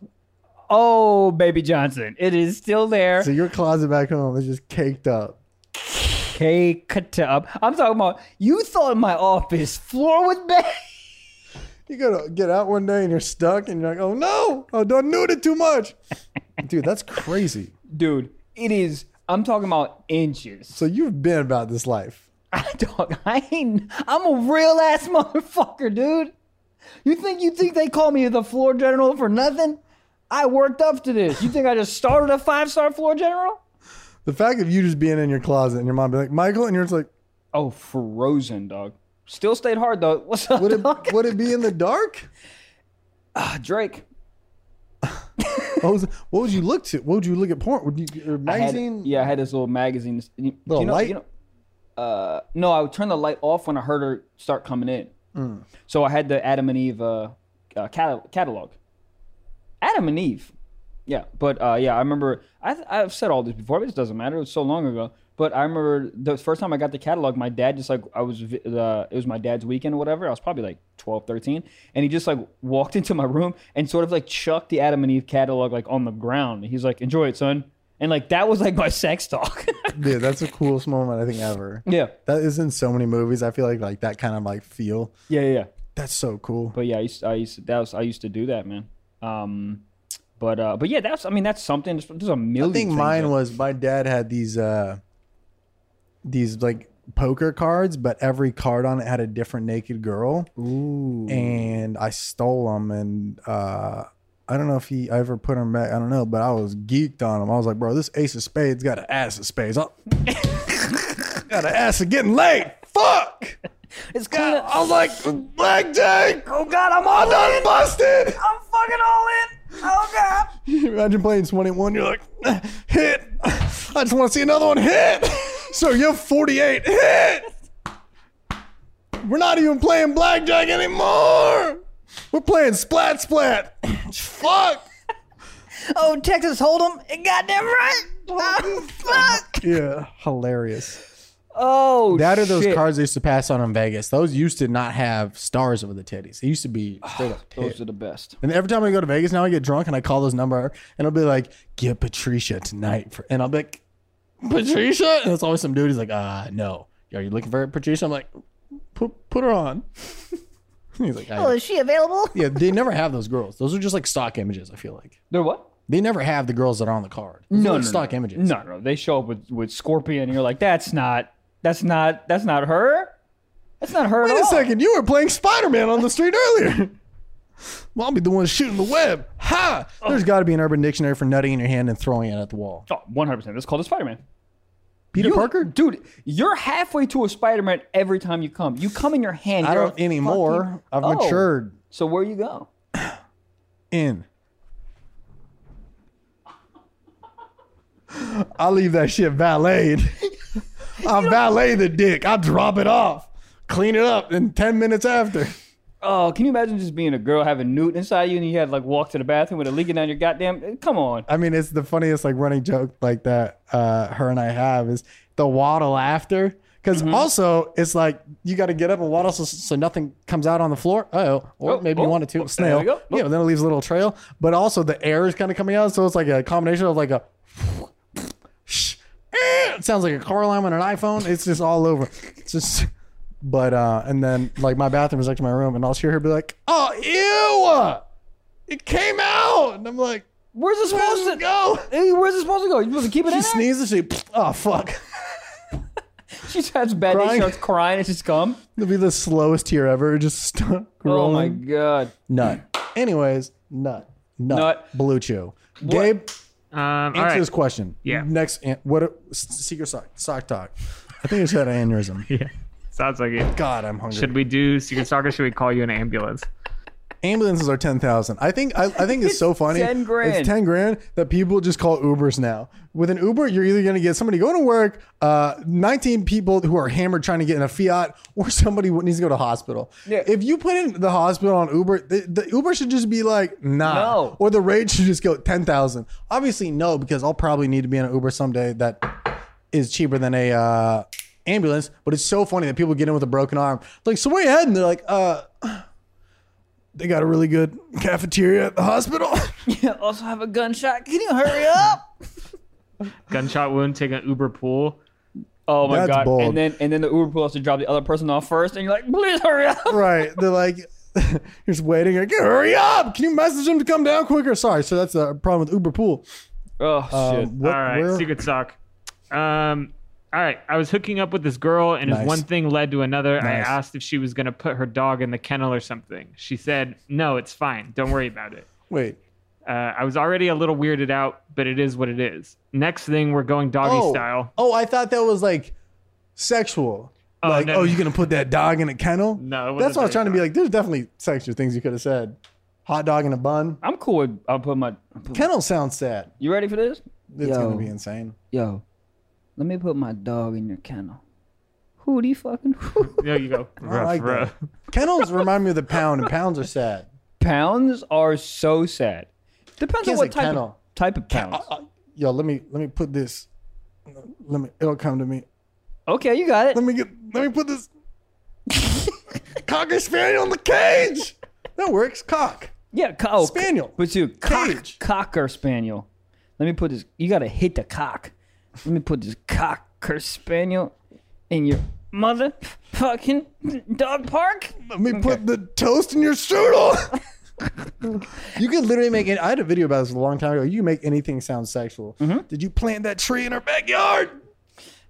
Speaker 2: Oh, baby Johnson, it is still there.
Speaker 1: So your closet back home is just caked up.
Speaker 2: caked up. I'm talking about you thought my office floor was bad.
Speaker 1: You gotta get out one day and you're stuck and you're like, oh no, I done nude it too much. Dude, that's crazy.
Speaker 2: Dude, it is I'm talking about inches.
Speaker 1: So you've been about this life.
Speaker 2: I dog, I ain't I'm a real ass motherfucker, dude. You think you think they call me the floor general for nothing? I worked up to this. You think I just started a five star floor general?
Speaker 1: The fact of you just being in your closet and your mom be like, Michael, and you're just like,
Speaker 2: Oh, frozen, dog. Still stayed hard though. What's up,
Speaker 1: would
Speaker 2: dog?
Speaker 1: it would it be in the dark?
Speaker 2: Ah, Drake?
Speaker 1: What, was, what would you look to? What would you look at porn? Would you or
Speaker 2: I had-
Speaker 1: magazine?
Speaker 2: yeah, I had this little magazine. This- You,
Speaker 1: Little
Speaker 2: you know,
Speaker 1: light?
Speaker 2: You know, uh, no, I would turn the light off when I heard her start coming in.
Speaker 1: Mm.
Speaker 2: So I had the Adam and Eve uh, uh, cat- catalog. Adam and Eve. Yeah, but uh, yeah, I remember. I th- I've said all this before, but it doesn't matter. It was so long ago. But I remember the first time I got the catalog, my dad just like I was vi- uh, it was my dad's weekend or whatever. I was probably like 12, 13, and he just like walked into my room and sort of like chucked the Adam and Eve catalog like on the ground. He's like, "Enjoy it, son," and like that was like my sex talk.
Speaker 1: Dude, that's the coolest moment I think ever.
Speaker 2: yeah,
Speaker 1: That is in so many movies. I feel like like that kind of like feel.
Speaker 2: yeah, yeah. yeah.
Speaker 1: That's so cool.
Speaker 2: But yeah, I used, I used to, that was I used to do that, man. Um, but uh, but yeah, that's I mean that's something. There's, there's a million.
Speaker 1: I think
Speaker 2: things
Speaker 1: mine
Speaker 2: that-
Speaker 1: was my dad had these uh these like poker cards, but every card on it had a different naked girl. Ooh. And I stole them and uh I don't know if he ever put them back. I don't know, but I was geeked on them. I was like, bro, this ace of spades got an ass of spades. I'll- got an ass of getting laid. Fuck.
Speaker 2: It's
Speaker 1: God,
Speaker 2: kind of
Speaker 1: I was like, blackjack. Oh God, I'm all done busted.
Speaker 2: I'm fucking all in. Oh god.
Speaker 1: Imagine playing 21, you're like, hit. I just want to see another one hit. So you're 48, hit. We're not even playing blackjack anymore. We're playing splat splat. Fuck.
Speaker 2: Oh, Texas Hold'em. It goddamn right. Oh, fuck.
Speaker 1: Yeah, hilarious.
Speaker 2: Oh,
Speaker 1: That are those
Speaker 2: shit.
Speaker 1: cards they used to pass on in Vegas. Those used to not have stars over the titties. It used to be straight up tits.
Speaker 2: Those are the best.
Speaker 1: And every time I go to Vegas now, I get drunk and I call this number and I'll be like, "Get Patricia tonight," for, and I'll be like, "Patricia," and it's always some dude. He's like, "Uh, no, are you looking for Patricia?" I'm like, "Put put her on." he's like, I-
Speaker 5: is she available?
Speaker 1: "Yeah, they never have those girls. Those are just like stock images. I feel like
Speaker 2: They're what?
Speaker 1: they never have the girls that are on the card. Those are like stock images.
Speaker 2: No, no. They show up with with Scorpion, and you're like, that's not, that's not, that's not her. That's not her. at
Speaker 1: Wait a
Speaker 2: all.
Speaker 1: second, you were playing Spider Man on the street earlier. Well, I'll be the one shooting the web. Ha!
Speaker 2: Oh.
Speaker 1: There's got to be an Urban Dictionary for nutting in your hand and throwing it at the wall.
Speaker 2: Oh, 100%. That's called a Spider Man.
Speaker 1: Peter
Speaker 2: You-
Speaker 1: Parker?
Speaker 2: dude, you're halfway to a Spider-Man every time you come. You come in your hand.
Speaker 1: I
Speaker 2: you're
Speaker 1: don't
Speaker 2: a
Speaker 1: anymore.
Speaker 2: fucking-
Speaker 1: I've
Speaker 2: Oh.
Speaker 1: matured.
Speaker 2: So where you go?
Speaker 1: In. I leave that shit valeted. I valet the dick. I drop it off, clean it up, and ten minutes after.
Speaker 2: Oh, can you imagine just being a girl having newt inside you and you had like walk to the bathroom with it leaking down your goddamn? eh, Come on.
Speaker 1: I mean, it's the funniest like running joke like that uh, her and I have is the waddle after. Because
Speaker 2: Mm-hmm.
Speaker 1: also it's like you got to get up and waddle so, so nothing comes out on the floor. Oh, or
Speaker 2: Oh,
Speaker 1: maybe
Speaker 2: oh,
Speaker 1: you wanted to
Speaker 2: oh,
Speaker 1: snail.
Speaker 2: there we go.
Speaker 1: Yeah, but then it leaves a little trail. But also the air is kind of coming out, so it's like a combination of like a. eh, It sounds like a car alarm on an iPhone. It's just all over. It's just. But uh, and then like my bathroom is next to my room, and I'll hear her be like, "Oh, ew! It came out," and I'm like,
Speaker 2: Where's it supposed
Speaker 1: "Where's
Speaker 2: to
Speaker 1: it go?"
Speaker 2: Hey, Where's it supposed to go? You supposed to keep it in
Speaker 1: She
Speaker 2: there?
Speaker 1: sneezes. She oh fuck.
Speaker 2: She starts bad. She
Speaker 1: Crying.
Speaker 2: starts crying. It's just cum.
Speaker 1: It'll be the slowest tear ever. Just stuck
Speaker 2: Oh
Speaker 1: rolling.
Speaker 2: my god.
Speaker 1: Nut. Anyways, nut. Nut.
Speaker 2: Nut.
Speaker 1: Blue chew. Gabe, answer
Speaker 3: Um, all right.
Speaker 1: this question.
Speaker 3: Yeah.
Speaker 1: Next, an- what? a- s- Secret sock sock talk. I think it's had an aneurysm.
Speaker 3: Yeah. Sounds like it.
Speaker 1: God, I'm hungry.
Speaker 3: Should we do secret stalker? Should we call you an ambulance?
Speaker 1: Ambulances are ten thousand. I think. I, I think it's, so funny.
Speaker 2: 10 grand.
Speaker 1: It's ten grand that people just call Ubers now. With an Uber, you're either going to get somebody going to work, uh, nineteen people who are hammered trying to get in a Fiat, or somebody who needs to go to hospital.
Speaker 2: Yeah.
Speaker 1: If you put in the hospital on Uber, the, the Uber should just be like nah,
Speaker 2: No.
Speaker 1: or the rate should just go ten thousand. Obviously, no, because I'll probably need to be in an Uber someday that is cheaper than a. Uh, ambulance but it's so funny that people get in with a broken arm like so where you heading they're like uh they got a really good cafeteria at the hospital.
Speaker 2: also have a gunshot. Can you hurry up?
Speaker 3: Gunshot wound, take an Uber pool.
Speaker 2: Oh my
Speaker 1: That's
Speaker 2: god.
Speaker 1: bold.
Speaker 2: And then and then the Uber pool has to drop the other person off first, and you're like, please hurry up.
Speaker 1: right. They're like, you're just waiting. Like, hurry up. Can you message him to come down quicker? Sorry. So that's a problem with Uber Pool.
Speaker 2: Oh shit.
Speaker 1: Um, what-
Speaker 3: all right,
Speaker 1: where-
Speaker 3: secret sock. Um, all right, I was hooking up with this girl, and as
Speaker 1: Nice.
Speaker 3: one thing led to another, I
Speaker 1: Nice.
Speaker 3: asked if she was going to put her dog in the kennel or something. She said, "No, it's fine. Don't worry about it."
Speaker 1: Wait.
Speaker 3: Uh, I was already a little weirded out, but it is what it is. Next thing, we're going doggy
Speaker 1: Oh,
Speaker 3: style.
Speaker 1: oh, I thought that was like sexual.
Speaker 3: Oh,
Speaker 1: like,
Speaker 3: no.
Speaker 1: oh, you're going to put that dog in a kennel?
Speaker 3: No, it wasn't
Speaker 1: That's what I was
Speaker 3: very
Speaker 1: trying to be
Speaker 3: dog.
Speaker 1: like. There's definitely sexual things you could have said. Hot dog in a bun.
Speaker 2: I'm cool with I'll put my I'll put-
Speaker 1: Kennel sounds sad.
Speaker 2: You ready for this?
Speaker 1: It's
Speaker 2: Yo.
Speaker 1: going to be insane.
Speaker 2: Yo, let me put my dog in your kennel. Who do you fucking
Speaker 3: There you go.
Speaker 1: I like that. Kennels remind me of the pound, and pounds are sad.
Speaker 2: pounds are so sad. Depends on
Speaker 1: Can't
Speaker 2: what
Speaker 1: say
Speaker 2: type of,
Speaker 1: kennel.
Speaker 2: type of pounds.
Speaker 1: Uh, uh, yo, let me let me put this. Let me. It'll come to me.
Speaker 2: okay, you got it.
Speaker 1: Let me get. Let me put this cocker spaniel in the cage. That works. Cock.
Speaker 2: Yeah, co- oh,
Speaker 1: Spaniel.
Speaker 2: But you cock,
Speaker 1: Cage.
Speaker 2: cocker spaniel. Let me put this. You gotta hit the cock. Let me put this cocker spaniel in your mother fucking dog park.
Speaker 1: Let me put the toast in your strudel. you could literally make it. I had a video about this a long time ago. You can make anything sound sexual. Did you plant that tree in our backyard?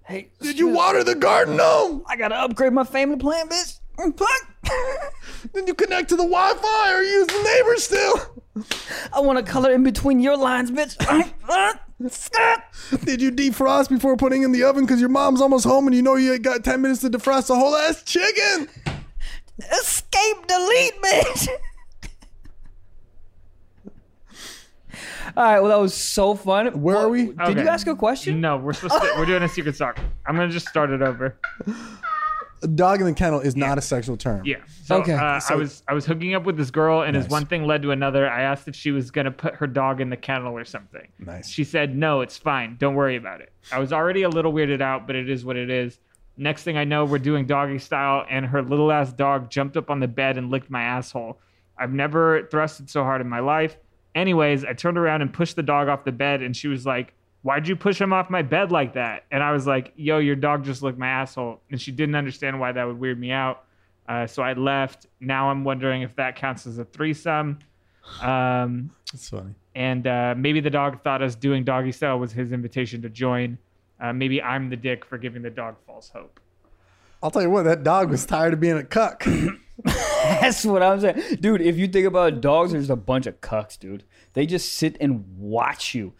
Speaker 2: Hey,
Speaker 1: Did you water the garden gnome?
Speaker 2: I gotta upgrade my family plan, bitch. Fuck.
Speaker 1: Did you connect to the Wi-Fi or use the neighbor still?
Speaker 2: I want to color in between your lines, bitch.
Speaker 1: Did you defrost before putting in the oven because your mom's almost home and you know you ain't got 10 minutes to defrost the whole ass chicken?
Speaker 2: Escape, delete, bitch. All right, well, that was so fun.
Speaker 1: Where are we?
Speaker 2: Did you
Speaker 3: Okay.
Speaker 2: ask a question?
Speaker 3: No, we're supposed to. We're doing a secret sock. I'm gonna just start it over.
Speaker 1: Dog in the kennel is not a sexual term.
Speaker 3: Yeah. So,
Speaker 2: Okay,
Speaker 3: Uh,
Speaker 1: so-
Speaker 3: I was I was hooking up with this girl, and as
Speaker 1: Nice.
Speaker 3: one thing led to another, I asked if she was gonna put her dog in the kennel or something.
Speaker 1: Nice.
Speaker 3: She said, "No, it's fine. Don't worry about it." I was already a little weirded out, but it is what it is. Next thing I know, we're doing doggy style, and her little ass dog jumped up on the bed and licked my asshole. I've never thrusted so hard in my life. Anyways, I turned around and pushed the dog off the bed, and she was like, Why'd you push him off my bed like that? And I was like, Yo, your dog just licked my asshole. And she didn't understand why that would weird me out. Uh, so I left. Now I'm wondering if that counts as a threesome. Um,
Speaker 1: That's funny.
Speaker 3: and uh, maybe the dog thought us doing doggy style was his invitation to join. Uh, maybe I'm the dick for giving the dog false hope.
Speaker 1: I'll tell you what, that dog was tired of being a cuck.
Speaker 2: That's what I'm saying. Dude, if you think about it, dogs are just a bunch of cucks, dude. They just sit and watch you.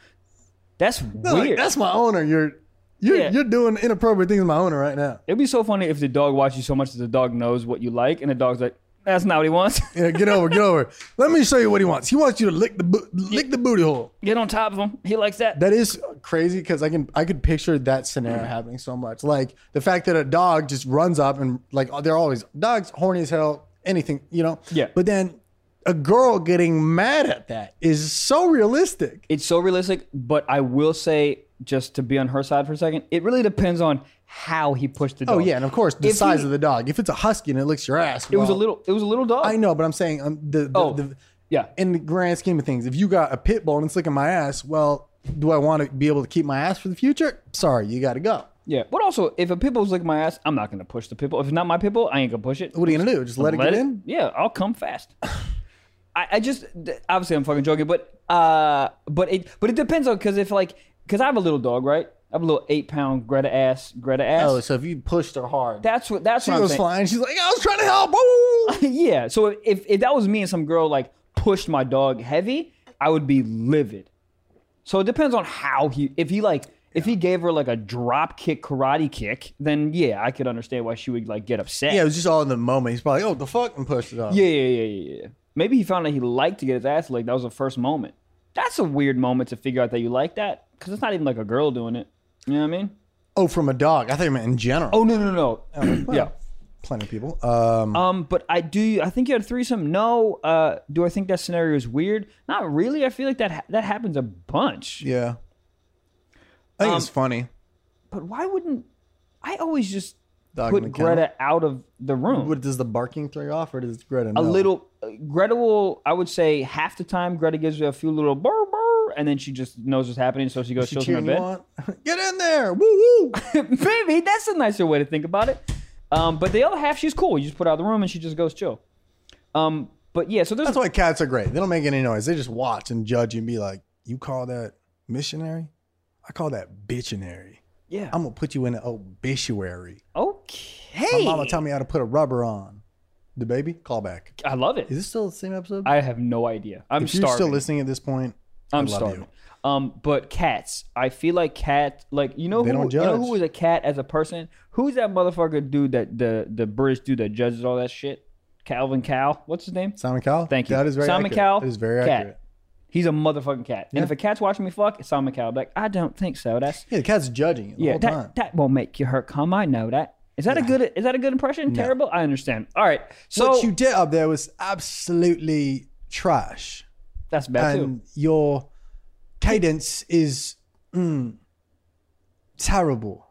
Speaker 2: That's
Speaker 1: They're like,
Speaker 2: weird.
Speaker 1: That's my owner. You're You're,
Speaker 2: Yeah.
Speaker 1: you're doing inappropriate things with my owner right now.
Speaker 2: It'd be so funny if the dog watched you so much that the dog knows what you like, and the dog's like, "That's not what he wants."
Speaker 1: Yeah, get over, get over. Let me show you what he wants. He wants you to lick the bo- lick the booty hole.
Speaker 2: Get on top of him. He likes that.
Speaker 1: That is crazy because I can I could picture that scenario happening so much. Like the fact that a dog just runs up and like they're always dogs horny as hell. Anything you know.
Speaker 2: Yeah.
Speaker 1: But then a girl getting mad at that is so realistic.
Speaker 2: It's so realistic, but I will say, just to be on her side for a second, it really depends on how he pushed the dog.
Speaker 1: Oh yeah, and of course the
Speaker 2: If
Speaker 1: size
Speaker 2: he-
Speaker 1: of the dog. If it's a husky and it licks your ass,
Speaker 2: It was a
Speaker 1: well,
Speaker 2: little. It was a little dog.
Speaker 1: I know, but I'm saying um, the, the,
Speaker 2: Oh.
Speaker 1: the
Speaker 2: Yeah.
Speaker 1: in the grand scheme of things, if you got a pit bull and it's licking my ass, well, do I want to be able to keep my ass for the future? Sorry, you got to go.
Speaker 2: Yeah. But also, if a pit bull's licking my ass, I'm not gonna push the pit bull. If it's not my pit bull, I ain't gonna push it.
Speaker 1: What are you gonna do? Just let, it
Speaker 2: Let
Speaker 1: get
Speaker 2: it-
Speaker 1: in?
Speaker 2: Yeah, I'll come fast. I, I just th- obviously I'm fucking joking, but uh, but it but it depends on because if like because I have a little dog, right? I have a little eight pound Greta ass, Greta ass.
Speaker 1: Oh, so if you pushed her hard,
Speaker 2: that's what that's
Speaker 1: she
Speaker 2: what I'm
Speaker 1: goes
Speaker 2: saying.
Speaker 1: flying. She's like, I was trying to help. Woo!
Speaker 2: yeah. So if if that was me and some girl like pushed my dog heavy, I would be livid. So it depends on how he if he like if he gave her like a drop kick karate kick, then yeah, I could understand why she would like get upset.
Speaker 1: Yeah, it was just all in the moment. He's probably, oh, the fuck, and pushed it off.
Speaker 2: Yeah, yeah, yeah, yeah, yeah. Maybe he found that he liked to get his ass licked. That was the first moment. That's a weird moment to figure out that you like that because it's not even like a girl doing it. You know what I mean?
Speaker 1: Oh, from a dog. I think meant in general.
Speaker 2: Oh no, no, no. yeah.
Speaker 1: plenty of people. Um,
Speaker 2: Um, but I do. I think you had a threesome. No. Uh, do I think that scenario is weird? Not really. I feel like that ha- that happens a bunch.
Speaker 1: yeah. I think
Speaker 2: Um,
Speaker 1: it's funny.
Speaker 2: But why wouldn't I always just
Speaker 1: Dog in
Speaker 2: put
Speaker 1: the kennel.
Speaker 2: Greta out of the room?
Speaker 1: What does the barking throw you off, or does Greta?
Speaker 2: a little uh, Greta will I would say half the time Greta gives you a few little burr burr and then she just knows what's happening so she goes
Speaker 1: She
Speaker 2: chills in her
Speaker 1: cheering you
Speaker 2: bed.
Speaker 1: on. Get in there. Woo woo.
Speaker 2: Maybe that's a nicer way to think about it. Um, but the other half, she's cool. You just put her out of the room and she just goes chill. Um, but yeah, so there's
Speaker 1: That's why cats are great. They don't make any noise. They just watch and judge you and be like, "You call that missionary? I call that bitchinary.
Speaker 2: yeah.
Speaker 1: I'm gonna put you in an obituary.
Speaker 2: okay.
Speaker 1: My mama taught me how to put a rubber on. The baby call back.
Speaker 2: I love it.
Speaker 1: Is this still the same episode?
Speaker 2: I have no idea. I'm
Speaker 1: if you're
Speaker 2: starving.
Speaker 1: still listening at this point,
Speaker 2: I'm
Speaker 1: love
Speaker 2: starving. Um, but cats, I feel like cat, like you know,
Speaker 1: They
Speaker 2: who,
Speaker 1: don't
Speaker 2: you know
Speaker 1: judge.
Speaker 2: who is a cat as a person? Who's that motherfucker dude that the the British dude that judges all that shit? Calvin Cow, what's his name?
Speaker 1: Simon Cowell.
Speaker 2: Thank you.
Speaker 1: That is very
Speaker 2: Simon
Speaker 1: accurate.
Speaker 2: Cowell,
Speaker 1: That is very
Speaker 2: cat.
Speaker 1: accurate.
Speaker 2: He's a motherfucking cat. And if a cat's watching me fuck, it's Simon Cow. Like I don't think so. That's
Speaker 1: Yeah, the cat's judging you the
Speaker 2: Yeah,
Speaker 1: whole
Speaker 2: that
Speaker 1: time.
Speaker 2: that won't make you hurt, come. I know that. Is that a good is that a good impression? Terrible. I understand. All right. So
Speaker 1: what you did up there was absolutely trash,
Speaker 2: that's bad too.
Speaker 1: and your cadence is mm, terrible.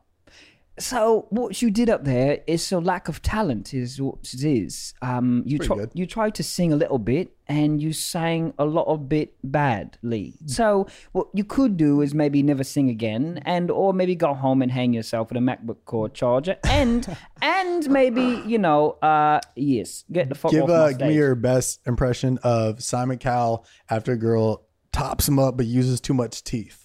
Speaker 2: So what you did up there is a lack of talent, is what it is. Um, you
Speaker 1: pretty
Speaker 2: try,
Speaker 1: good.
Speaker 2: you tried to sing a little bit and you sang a lot of bit badly.
Speaker 1: Hmm.
Speaker 2: So what you could do is maybe never sing again, and or maybe go home and hang yourself with a MacBook Core charger, and and maybe you know, uh, yes, get the fuck
Speaker 1: Give,
Speaker 2: off
Speaker 1: uh,
Speaker 2: my
Speaker 1: give me
Speaker 2: stage.
Speaker 1: your best impression of Simon Cowell after a girl tops him up but uses too much teeth.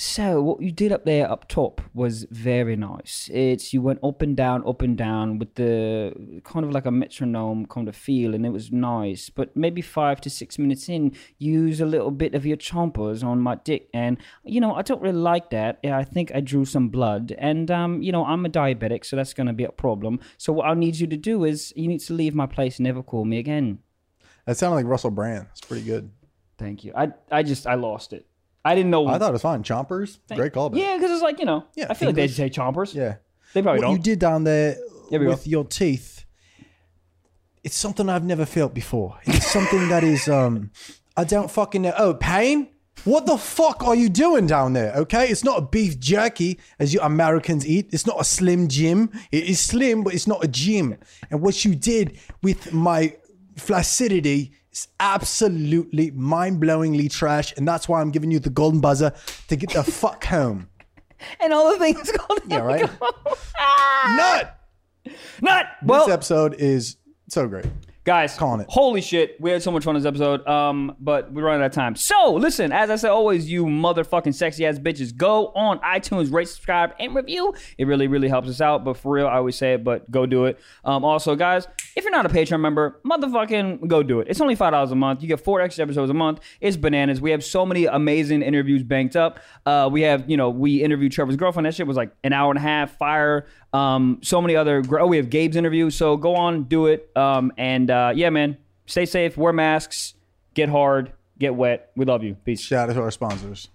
Speaker 2: So what you did up there up top was very nice. It's you went up and down, up and down with the kind of like a metronome kind of feel, and it was nice. But maybe five to six minutes in, use a little bit of your chompers on my dick, and you know I don't really like that. Yeah, I think I drew some blood, and um, you know I'm a diabetic, so that's going to be a problem. So what I need you to do is you need to leave my place and never call me again.
Speaker 1: That sounded like Russell Brand. It's pretty good.
Speaker 2: Thank you. I I just I lost it. I didn't know.
Speaker 1: I thought it was fine. Chompers, great callback.
Speaker 2: Mm. Yeah, because it's like you know.
Speaker 1: Yeah,
Speaker 2: I feel like they
Speaker 1: English.
Speaker 2: just say chompers.
Speaker 1: yeah.
Speaker 2: They probably
Speaker 1: What you
Speaker 2: don't.
Speaker 1: did down there
Speaker 2: Here we go.
Speaker 1: with your teeth, it's something I've never felt before. It's something that is, um, I don't fucking know. Oh, pain? What the fuck are you doing down there? Okay, it's not a beef jerky as you Americans eat. It's not a slim Jim. It is slim, but it's not a gym. And what you did with my flaccidity is absolutely mind-blowingly trash, and that's why I'm giving you the golden buzzer to get the fuck home.
Speaker 2: and all the things called
Speaker 1: Yeah, right? Nut.
Speaker 2: Not
Speaker 1: This
Speaker 2: well. Oh.
Speaker 1: episode is so great.
Speaker 2: Guys,
Speaker 1: Calling it.
Speaker 2: Holy shit, we had so much fun this episode. Um, but we're running out of time. So listen, as I said always, you motherfucking sexy ass bitches, go on iTunes, rate, subscribe, and review. It really, really helps us out. But for real, I always say it, but go do it. Um, also, guys, if you're not a Patreon member, motherfucking go do it. It's only five dollars a month. You get four extra episodes a month. It's bananas. We have so many amazing interviews banked up. Uh, we have, you know, we interviewed Trevor's girlfriend. That shit was like an hour and a half. Fire. Um, so many other. gr- Oh, we have Gabe's interview. So go on, do it. Um, and uh, yeah, man, stay safe. Wear masks. Get hard. Get wet. We love you. Peace.
Speaker 1: Shout out to our sponsors.